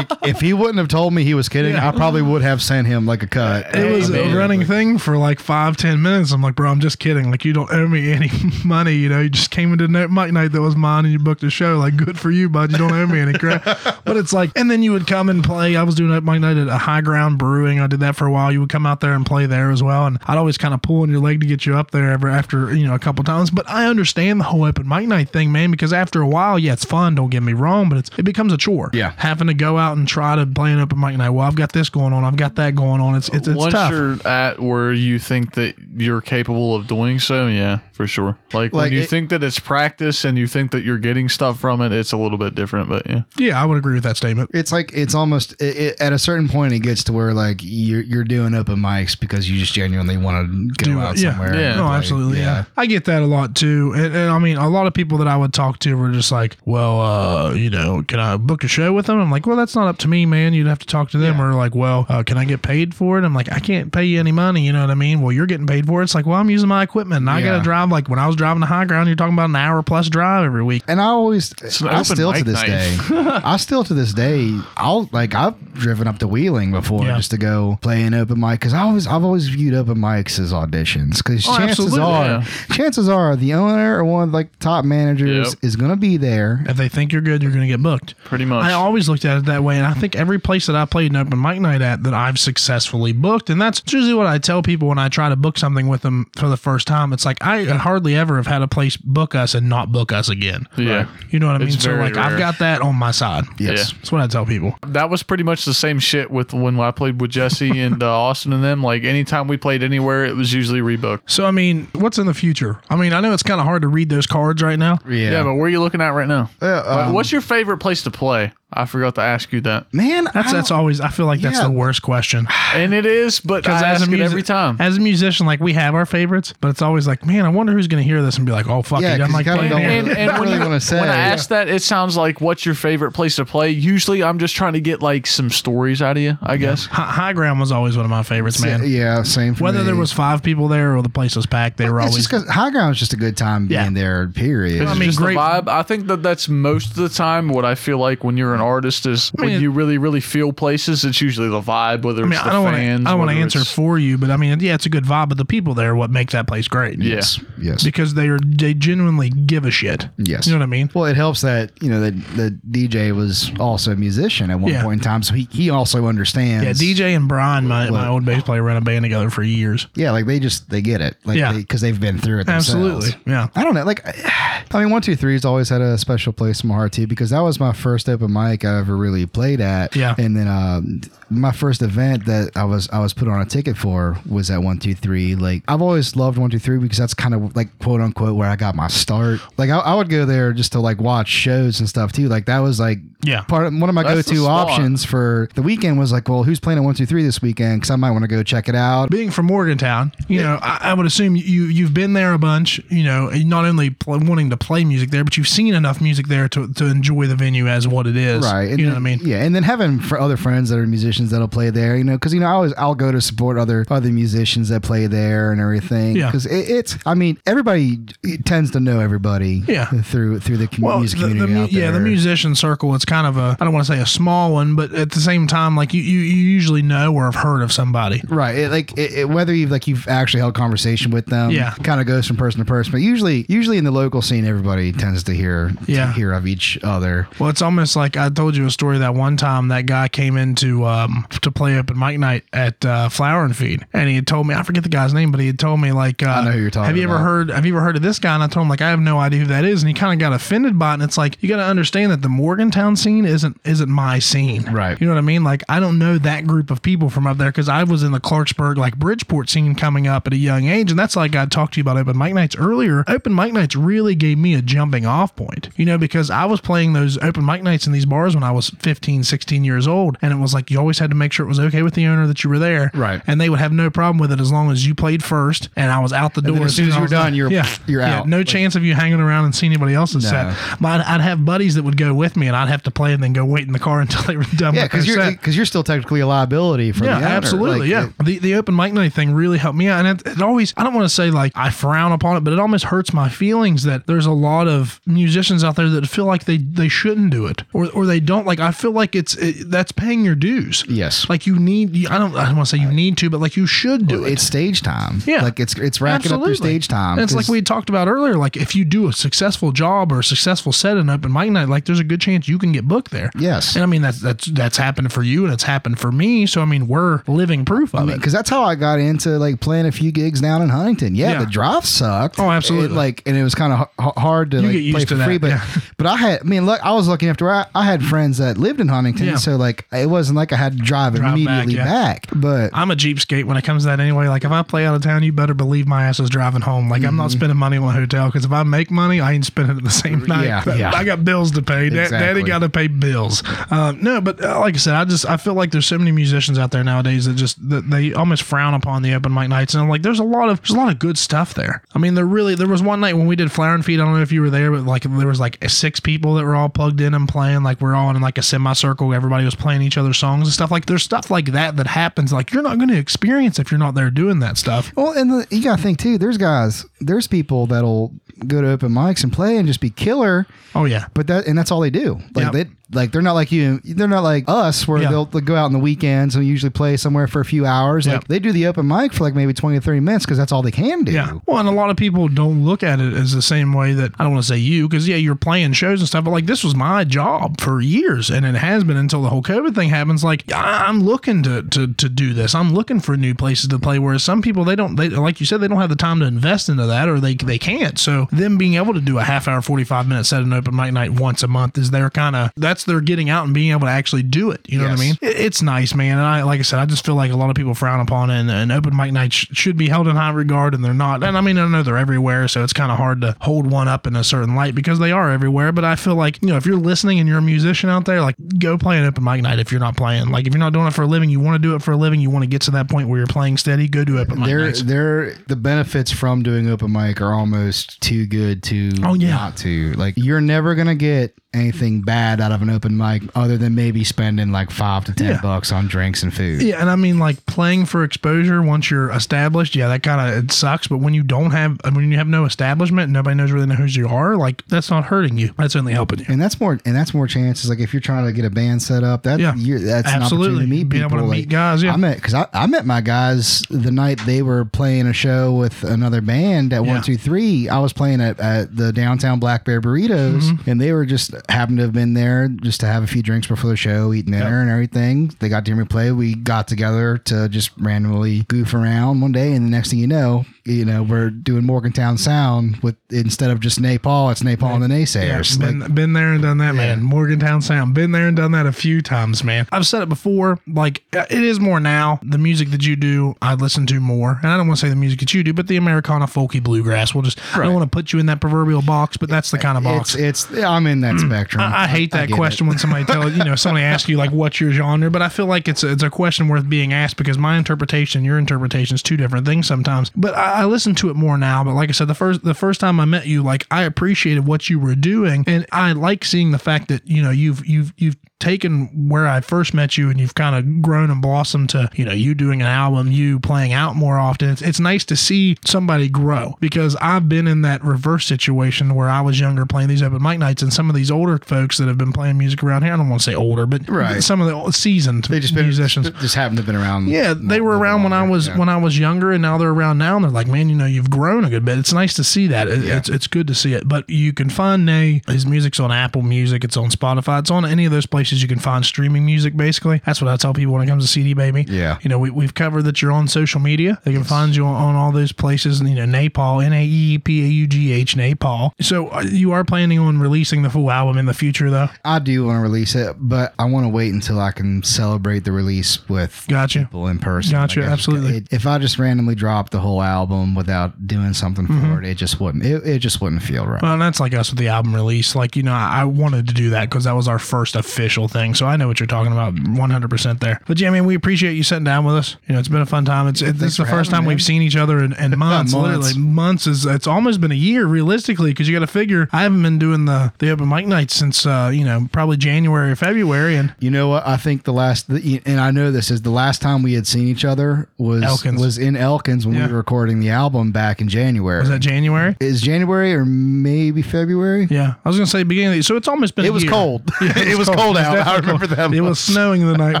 C: like if he wouldn't have told me he was kidding, I probably would have sent him like a cut.
A: It was a running thing for like five, ten minutes. I'm like, bro, I'm just kidding. Like, you don't owe me any money. You know, you just came into no- Mike Night that was mine and you booked a show. Like, good for you, bud. You don't owe me any crap. but it's like, and then you would come and play. I was doing Open Mike Night at a High Ground Brewing. I did that for a while. You would come out there and play there as well. And I'd always kind of pull on your leg to get you up there ever after, you know, a couple times. But I understand the whole Open Mike Night thing, man, because after a while, yeah, it's fun. Don't get me wrong, but it's, it becomes a chore.
C: Yeah.
A: Having to go out and try to play an Open Mike Night. Well, I've got this going on. I've got that going on. It's, it's, it's
D: Once
A: tough.
D: you're at where you think that you're capable of doing so, yeah, for sure. Like,
C: Like,
D: when you
C: it-
D: think that it's practice and you think that you're getting stuff from it, it's a little bit different. But yeah,
A: Yeah, I would agree with that statement.
C: It's like it's almost it, it, at a certain point it gets to where like you're you're doing open mics because you just genuinely want to go
A: Do it,
C: out
A: yeah.
C: somewhere.
D: Yeah.
C: and
A: No,
C: play.
A: absolutely. Yeah. I get that a lot too. And, and I mean, a lot of people that I would talk to were just like, well, uh, you know, can I book a show with them? I'm like, well, that's not up to me, man. You'd have to talk to them. Or like, well, uh, can I get paid for it? I'm like, I can't pay you any money. You know what I mean? Well, you're getting paid for it. It's like, well, I'm using my equipment and I got
C: Yeah.
A: to drive. Like when I was driving to high ground, you're talking about an hour plus drive every week.
C: And I always,
D: an
C: I
D: open
C: still to
D: mic
C: this
D: night.
C: day, I still to this day, I'll like I've driven up to Wheeling before
A: Yeah.
C: just to go play an open mic because I always I've always viewed open mics as auditions because
A: Oh,
C: chances
A: absolutely,
C: are
D: yeah.
C: chances are the owner or one of like the top managers
D: Yep.
C: is gonna be there.
A: If they think you're good, you're going to get booked.
D: pretty much.
A: I always looked at it that way, and I think every place that I played an open mic night at that I've successfully booked, and that's usually what I tell people when I try to book something with them for the first time. It's like I hardly ever have had a place book us and not book us again.
D: yeah.
A: You know what I
D: It's
A: mean? So
D: very
A: like I've
D: rare.
A: got that on my side.
C: Yes.
A: That's what I tell people.
D: that was pretty much the same shit with when I played with Jesse and uh, Austin and them. Like anytime we played anywhere, it was usually rebooked.
A: So I mean, what's in the future? I mean, I know it's kind of hard to read those cards right now.
D: Yeah. but where are you looking at right now?
C: Yeah,
D: Wha-
C: um,
D: What's your favorite place to play? I forgot to ask you that,
C: man,
A: That's
C: I
A: that's
C: don't-
A: always. I feel like that's
C: Yeah.
A: the worst question.
D: and it is, but I ask it every time.
A: as a musician, like we have our favorites, but it's always like, man, I wonder who's going to hear this and be like, oh fuck,
C: Yeah,
A: it.
C: 'cause
A: I'm
C: you
A: like,
C: kinda
A: playing
C: don't
A: here.
D: and, and
C: Not
D: when,
C: really
D: you-
C: wanna say,
D: when I
C: yeah.
D: ask that, it sounds like what's your favorite place to play? Usually, I'm just trying to get like some stories out of you. I guess.
A: Hi- High ground was always one of my favorites, man.
C: yeah, same. For
A: Whether
C: me.
A: there was five people there or the place was packed, they were
C: It's
A: always.
C: just because high ground's just a good time being
A: Yeah.
C: there. Period.
D: It's
A: I mean,
D: just
A: great-
D: the vibe. I think that that's most of the time what I feel like when you're an artist is
A: mean,
D: when you really, really feel places. It's usually the vibe, whether
A: I
D: it's
A: mean,
D: the
A: I don't want to. I
D: fans.
A: don't want to
D: whether
A: answer
D: it's-
A: for you, but I mean, yeah, it's a good vibe. But the people there, are what make that place great?
D: Yeah.
C: yes.
A: because they are they genuinely give a shit.
C: Yes.
A: you know what I mean.
C: Well, it helps that you know that the DJ was also a musician at one
A: Yeah.
C: point in time, so he, he also understands.
A: Yeah, DJ and Brian, my, my
C: Well-
A: old bass player, ran a band together for years.
C: Yeah, like they just they get it, like
A: Yeah.
C: because they've been through it. Themselves.
A: Absolutely, yeah.
C: I don't know. Like, I mean, one, two, three's always had a special place in my heart too, because that was my first open mic I ever really played at.
A: Yeah.
C: And then um, my first event that I was I was put on a ticket for was at one, two, three. Like, I've always loved one, two, three because that's kind of like quote unquote where I got my start. Like, I, I would go there just to like watch shows and stuff too. Like, that was like
A: Yeah.
C: part of one of my go
D: That's the
C: to
D: spot.
C: options for the weekend was like, well, who's playing at one, two, three this weekend? Because I might want to go check it out.
A: Being from Morgantown, you know, I, I would assume you you've been there a bunch. You know, and not only pl- wanting to play music there, but you've seen enough music there to, to enjoy the venue as what it is.
C: right and
A: you know
C: then-
A: what I mean.
C: yeah and then having for other friends that are musicians that'll play there you know because you know i always i'll go to support other other musicians that play there and everything
A: Yeah.
C: because it, it's i mean everybody tends to know everybody
A: Yeah.
C: through through the commu- music community
A: mu-
C: out there.
A: Yeah, the musician circle. It's kind of a I don't want to say a small one, but at the same time, like you you, you usually know or have heard of somebody.
C: Right, it, like it, it- whether you've like you've actually held conversation with them,
A: Yeah.
C: kind of goes from person to person. But usually, usually in the local scene, everybody tends to hear, to
A: Yeah.
C: hear of each other.
A: Well, it's almost like I told you a story that one time that guy came in to um to play open mic night at uh, Flower and Feed, and he had told me I forget the guy's name, but he had told me like uh, I
C: know who you're talking
A: Have you ever
C: about.
A: heard Have you ever heard of this guy? And I told him like I have no idea who that is, and he kind of got offended by it. And it's like you got to understand that the Morgantown scene isn't isn't my scene,
C: Right.
A: You know what I mean? Like I don't know that group of people from up there because I was in the Clarksburg like Bridgeport scene coming up at a young age, and that's like I talked to you about open mic nights earlier. Open mic nights really gave me a jumping off point, you know, because I was playing those open mic nights in these bars bars when I was 15, 16 years old. And it was like you always had to make sure it was okay with the owner that you were there.
C: Right.
A: And they would have no problem with it as long as you played first and I was out the door.
C: then as soon as you
A: I
C: were
A: was done,
C: done, you're-
A: yeah.
C: you're
A: Yeah,
C: out.
A: No
C: Like-
A: chance of you hanging around and seeing anybody else's
C: No.
A: set. But I'd, I'd have buddies that would go with me and I'd have to play and then go wait in the car until they were done
C: Yeah,
A: with their
C: because you're
A: set.
C: because you're still technically a liability for
A: Yeah,
C: the owner.
A: absolutely.
C: Like,
A: yeah,
C: it-
A: the the open mic night thing really helped me out, and it, it always I don't want to say like I frown upon it, but it almost hurts my feelings that there's a lot of musicians out there that feel like they they shouldn't do it or or they don't like. I feel like it's it, that's paying your dues.
C: Yes.
A: like you need. You, I don't. I don't want to say you need to, but like you should do it.
C: it's stage time.
A: Yeah.
C: like it's it's racking up your stage time.
A: And it's like
C: 'cause-
A: we had talked about earlier. Like if you do a successful job or a successful set in open mic night, like there's a good chance you can get booked there.
C: Yes.
A: And I mean that's that's that's happened for you and it's happened for me. So I mean we're living proof of it.
C: because that's how I got into like playing a few gigs down in Huntington. Yeah,
A: Yeah.
C: the drive sucked.
A: Oh, absolutely.
C: It, like, and it was kind of h- hard to like,
A: get used
C: play
A: to
C: for
A: that,
C: free. But
A: yeah.
C: but I had, I mean, look, I was lucky enough to where I, I had friends that lived in Huntington,
A: Yeah.
C: so like it wasn't like I had to drive,
A: Drive back,
C: immediately
A: yeah.
C: back. But
A: I'm a cheapskate when it comes to that anyway. Like if I play out of town, you better believe my ass is driving home. Like I'm not spending money on a hotel because if I make money, I ain't spending it the same night.
C: Mm-hmm. Yeah,
A: But
C: yeah.
A: I got bills to pay. Da- Daddy
C: Exactly.
A: got to pay bills. Um, no, but uh, like I said, I just I feel like there's so many musicians out there nowadays that just that they almost frown upon the open mic nights. And I'm like, there's a lot of there's a lot of good stuff there. I mean, there really there was one night when we did Flower and Feet. I don't know if you were there, but like there was like six people that were all plugged in and playing. Like we're all in like a semicircle. Everybody was playing each other's songs and stuff. Like there's stuff like that that happens. Like you're not going to experience if you're not there doing that stuff.
C: well, and the, you gotta think too. There's guys, there's people that'll go to open mics and play and just be killer.
A: Oh yeah.
C: But that and that's all they do. Like
A: Yep.
C: they like they're not like you. They're not like us where
A: Yeah.
C: they'll, they'll go out on the weekends and usually play somewhere for a few hours. Like
A: Yep.
C: they do the open mic for like maybe twenty or thirty minutes because that's all they can do.
A: Yeah. Well, and a lot of people don't look at it as the same way that I don't want to say you, because yeah, you're playing shows and stuff, but like this was my job for years, and it has been until the whole COVID thing happens. Like I- I'm looking to to to do this. I'm looking for new places to play. Whereas some people they don't they like you said they don't have the time to invest into that, or they they can't. So them being able to do a half hour, forty five minute set an open mic night once a month is their kind of that's their getting out and being able to actually do it. You know what I
C: Yes.
A: mean? it- it's nice, man. And I, like I said, I just feel like a lot of people frown upon it, and, and open mic nights sh- should be held in high regard, and they're not. And I mean, I know they're everywhere, so it's kind of hard to hold one up in a certain light because they are everywhere. But I feel like, you know, if you're listening and you're a musician out there, like, go play an open mic night if you're not playing. Like, if you're not doing it for a living, you want to do it for a living, you want to get to that point where you're playing steady, go do open mic
C: They're,
A: nights.
C: they're the benefits from doing open mic are almost too good to
A: Oh, yeah.
C: not to like you're never gonna get anything bad out of an open mic other than maybe spending like five to ten
A: Yeah.
C: bucks on drinks and food
A: Yeah, and I mean like playing for exposure once you're established, yeah, that kind of it sucks, but when you don't have uh, when you have no establishment, nobody knows really who you are, like that's not hurting you. That's only helping you.
C: and that's more and that's more chances like if you're trying to get a band set up that
A: Yeah.
C: you're, that's
A: Absolutely.
C: an opportunity to meet
A: Being able
C: people
A: to
C: like,
A: meet guys, yeah.
C: i met because I, I met my guys the night they were playing a show with another band at
A: Yeah.
C: one two three i was playing at, at the downtown black bear burritos
A: Mm-hmm.
C: and they were just happened to have been there just to have a few drinks before the show eating dinner and everything they got to hear me play we got together to just randomly goof around one day and the next thing you know you know we're doing morgantown sound with instead of just napal it's napal and the naysayers Like,
A: been, been there and done that, man. Morgantown Sound, been there and done that a few times, man. I've said it before. Like uh, it is more now. The music that you do, I listen to more, and I don't want to say the music that you do, but the Americana, folky, bluegrass. We'll just I don't want to put you in that proverbial box, but that's the kind of box.
C: It's, it's I'm in that spectrum.
A: Hmm. I, I hate that
C: get
A: question when somebody tells you know somebody asks you like what's your genre, but I feel like it's a, it's a question worth being asked because my interpretation, your interpretation is two different things sometimes. But I, I listen to it more now. But like I said, the first the first time I met you, like I appreciated what you were doing, and I like seeing the fact that you know you've you've you've taken where I first met you and you've kind of grown and blossomed to, you know, you doing an album, you playing out more often. It's, it's nice to see somebody grow because I've been in that reverse situation where I was younger playing these open mic nights and some of these older folks that have been playing music around here, I don't want to say older, but
C: Right.
A: some of the old- seasoned
C: They just been
A: musicians.
C: Just happen to have been around.
A: Yeah, they were
C: a little
A: around when I
C: longer,
A: was
C: yeah.
A: when I was younger, and now they're around now, and they're like, man, you know, you've grown a good bit. It's nice to see that. It- It's it's good to see it. But you can find Nay. His music's on Apple Music. It's on Spotify. It's on any of those places places you can find streaming music, basically. That's what I tell people when it comes to CD Baby.
C: Yeah.
A: You know, we, we've covered that you're on social media. They can find you on, on all those places, you know, Napal, N A E P A U G H, Napal. So uh, you are planning on releasing the full album in the future, though?
C: I do want to release it, but I want to wait until I can celebrate the release with
A: Gotcha.
C: people in person.
A: Gotcha,
C: I-
A: absolutely.
C: it- if I just randomly dropped the whole album without doing something for it, it just wouldn't. It, it just wouldn't feel right.
A: Mm-hmm. Well, and that's like us with the album release. Like, you know, I, I wanted to do that because that was our first official thing. So I know what you're talking about 100% there. But, yeah, I mean, we appreciate you sitting down with us. You know, it's been a fun time. It's, it's,
C: thanks
A: it's the
C: for
A: first
C: having
A: time
C: me,
A: we've
C: man.
A: seen each other in, in months.
C: Months.
A: Literally, months is it's almost been a year realistically because you got to figure I haven't been doing the, the open mic nights since, uh, you know, probably January or February. And
C: You know what? I think the last, the, and I know this is the last time we had seen each other was
A: Elkins.
C: was in Elkins when
A: Yeah.
C: we were recording the album back in January.
A: was that January?
C: is January or maybe February?
A: Yeah. I was going to say beginning of the year. So it's almost been
C: It
A: a
C: was
A: year.
C: cold. it was cold, out. I remember that.
A: It was snowing the night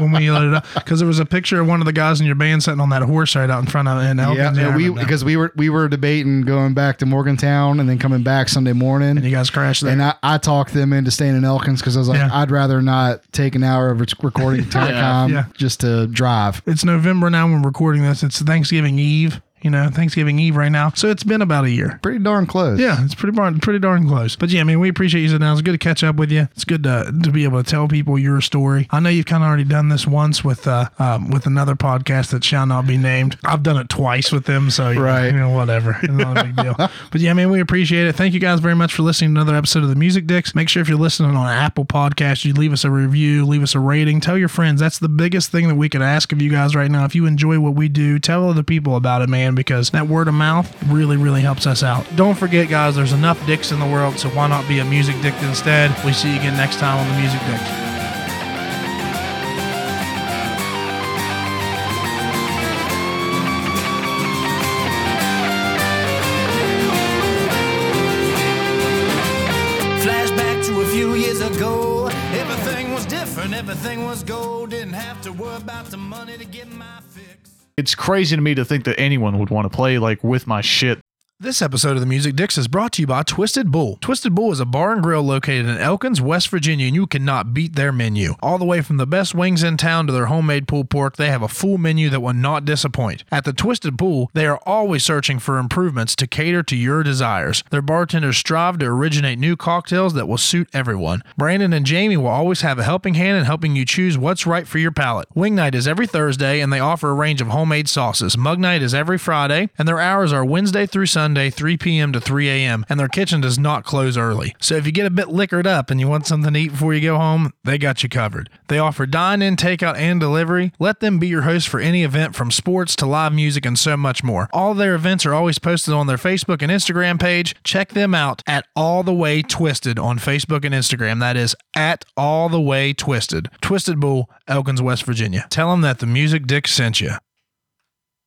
A: when we loaded up because there was a picture of one of the guys in your band sitting on that horse right out in front of and
C: Yeah, yeah, we because we were we were debating going back to Morgantown and then coming back Sunday morning.
A: and you guys crashed there.
C: And I, I talked them into staying in Elkins because I was like,
A: Yeah.
C: I'd rather not take an hour of rec- recording time
A: yeah.
C: just to drive.
A: it's November now when we're recording this. It's Thanksgiving Eve. You know, Thanksgiving Eve right now. So it's been about a year.
C: Pretty darn close.
A: Yeah, it's pretty darn pretty darn close. But yeah, I mean, we appreciate you sitting down. It's good to catch up with you. It's good to, to be able to tell people your story. I know you've kind of already done this once with uh um, with another podcast that shall not be named. I've done it twice with them, so you
C: Right.
A: know, you know, whatever. It's not a big deal. But yeah, I mean, we appreciate it. Thank you guys very much for listening to another episode of the Music Dicks. Make sure if you're listening on Apple Podcast, you leave us a review, leave us a rating, tell your friends. That's the biggest thing that we could ask of you guys right now. If you enjoy what we do, tell other people about it, man, because that word of mouth really, really helps us out. Don't forget, guys, there's enough dicks in the world, so why not be a music dick instead? We see you again next time on the Music Dicks.
G: Flashback to a few years ago. Everything was different, everything was gold. Didn't have to worry about the money to get my fix.
D: It's crazy to me to think that anyone would want to play like with my shit.
A: This episode of the Music Dicks is brought to you by Twisted Bull. Twisted Bull is a bar and grill located in Elkins, West Virginia, and you cannot beat their menu. All the way from the best wings in town to their homemade pulled pork, they have a full menu that will not disappoint. At the Twisted Bull, they are always searching for improvements to cater to your desires. Their bartenders strive to originate new cocktails that will suit everyone. Brandon and Jamie will always have a helping hand in helping you choose what's right for your palate. Wing night is every Thursday, and they offer a range of homemade sauces. Mug night is every Friday, and their hours are Wednesday through Sunday, 3 p.m. to 3 a.m., and their kitchen does not close early. So if you get a bit liquored up and you want something to eat before you go home, they got you covered. They offer dine in, takeout, and delivery. Let them be your host for any event from sports to live music and so much more. All their events are always posted on their Facebook and Instagram page. Check them out at All the Way Twisted on Facebook and Instagram. That is at All the Way Twisted. Twisted Bull, Elkins, West Virginia. Tell them that the music dick sent you.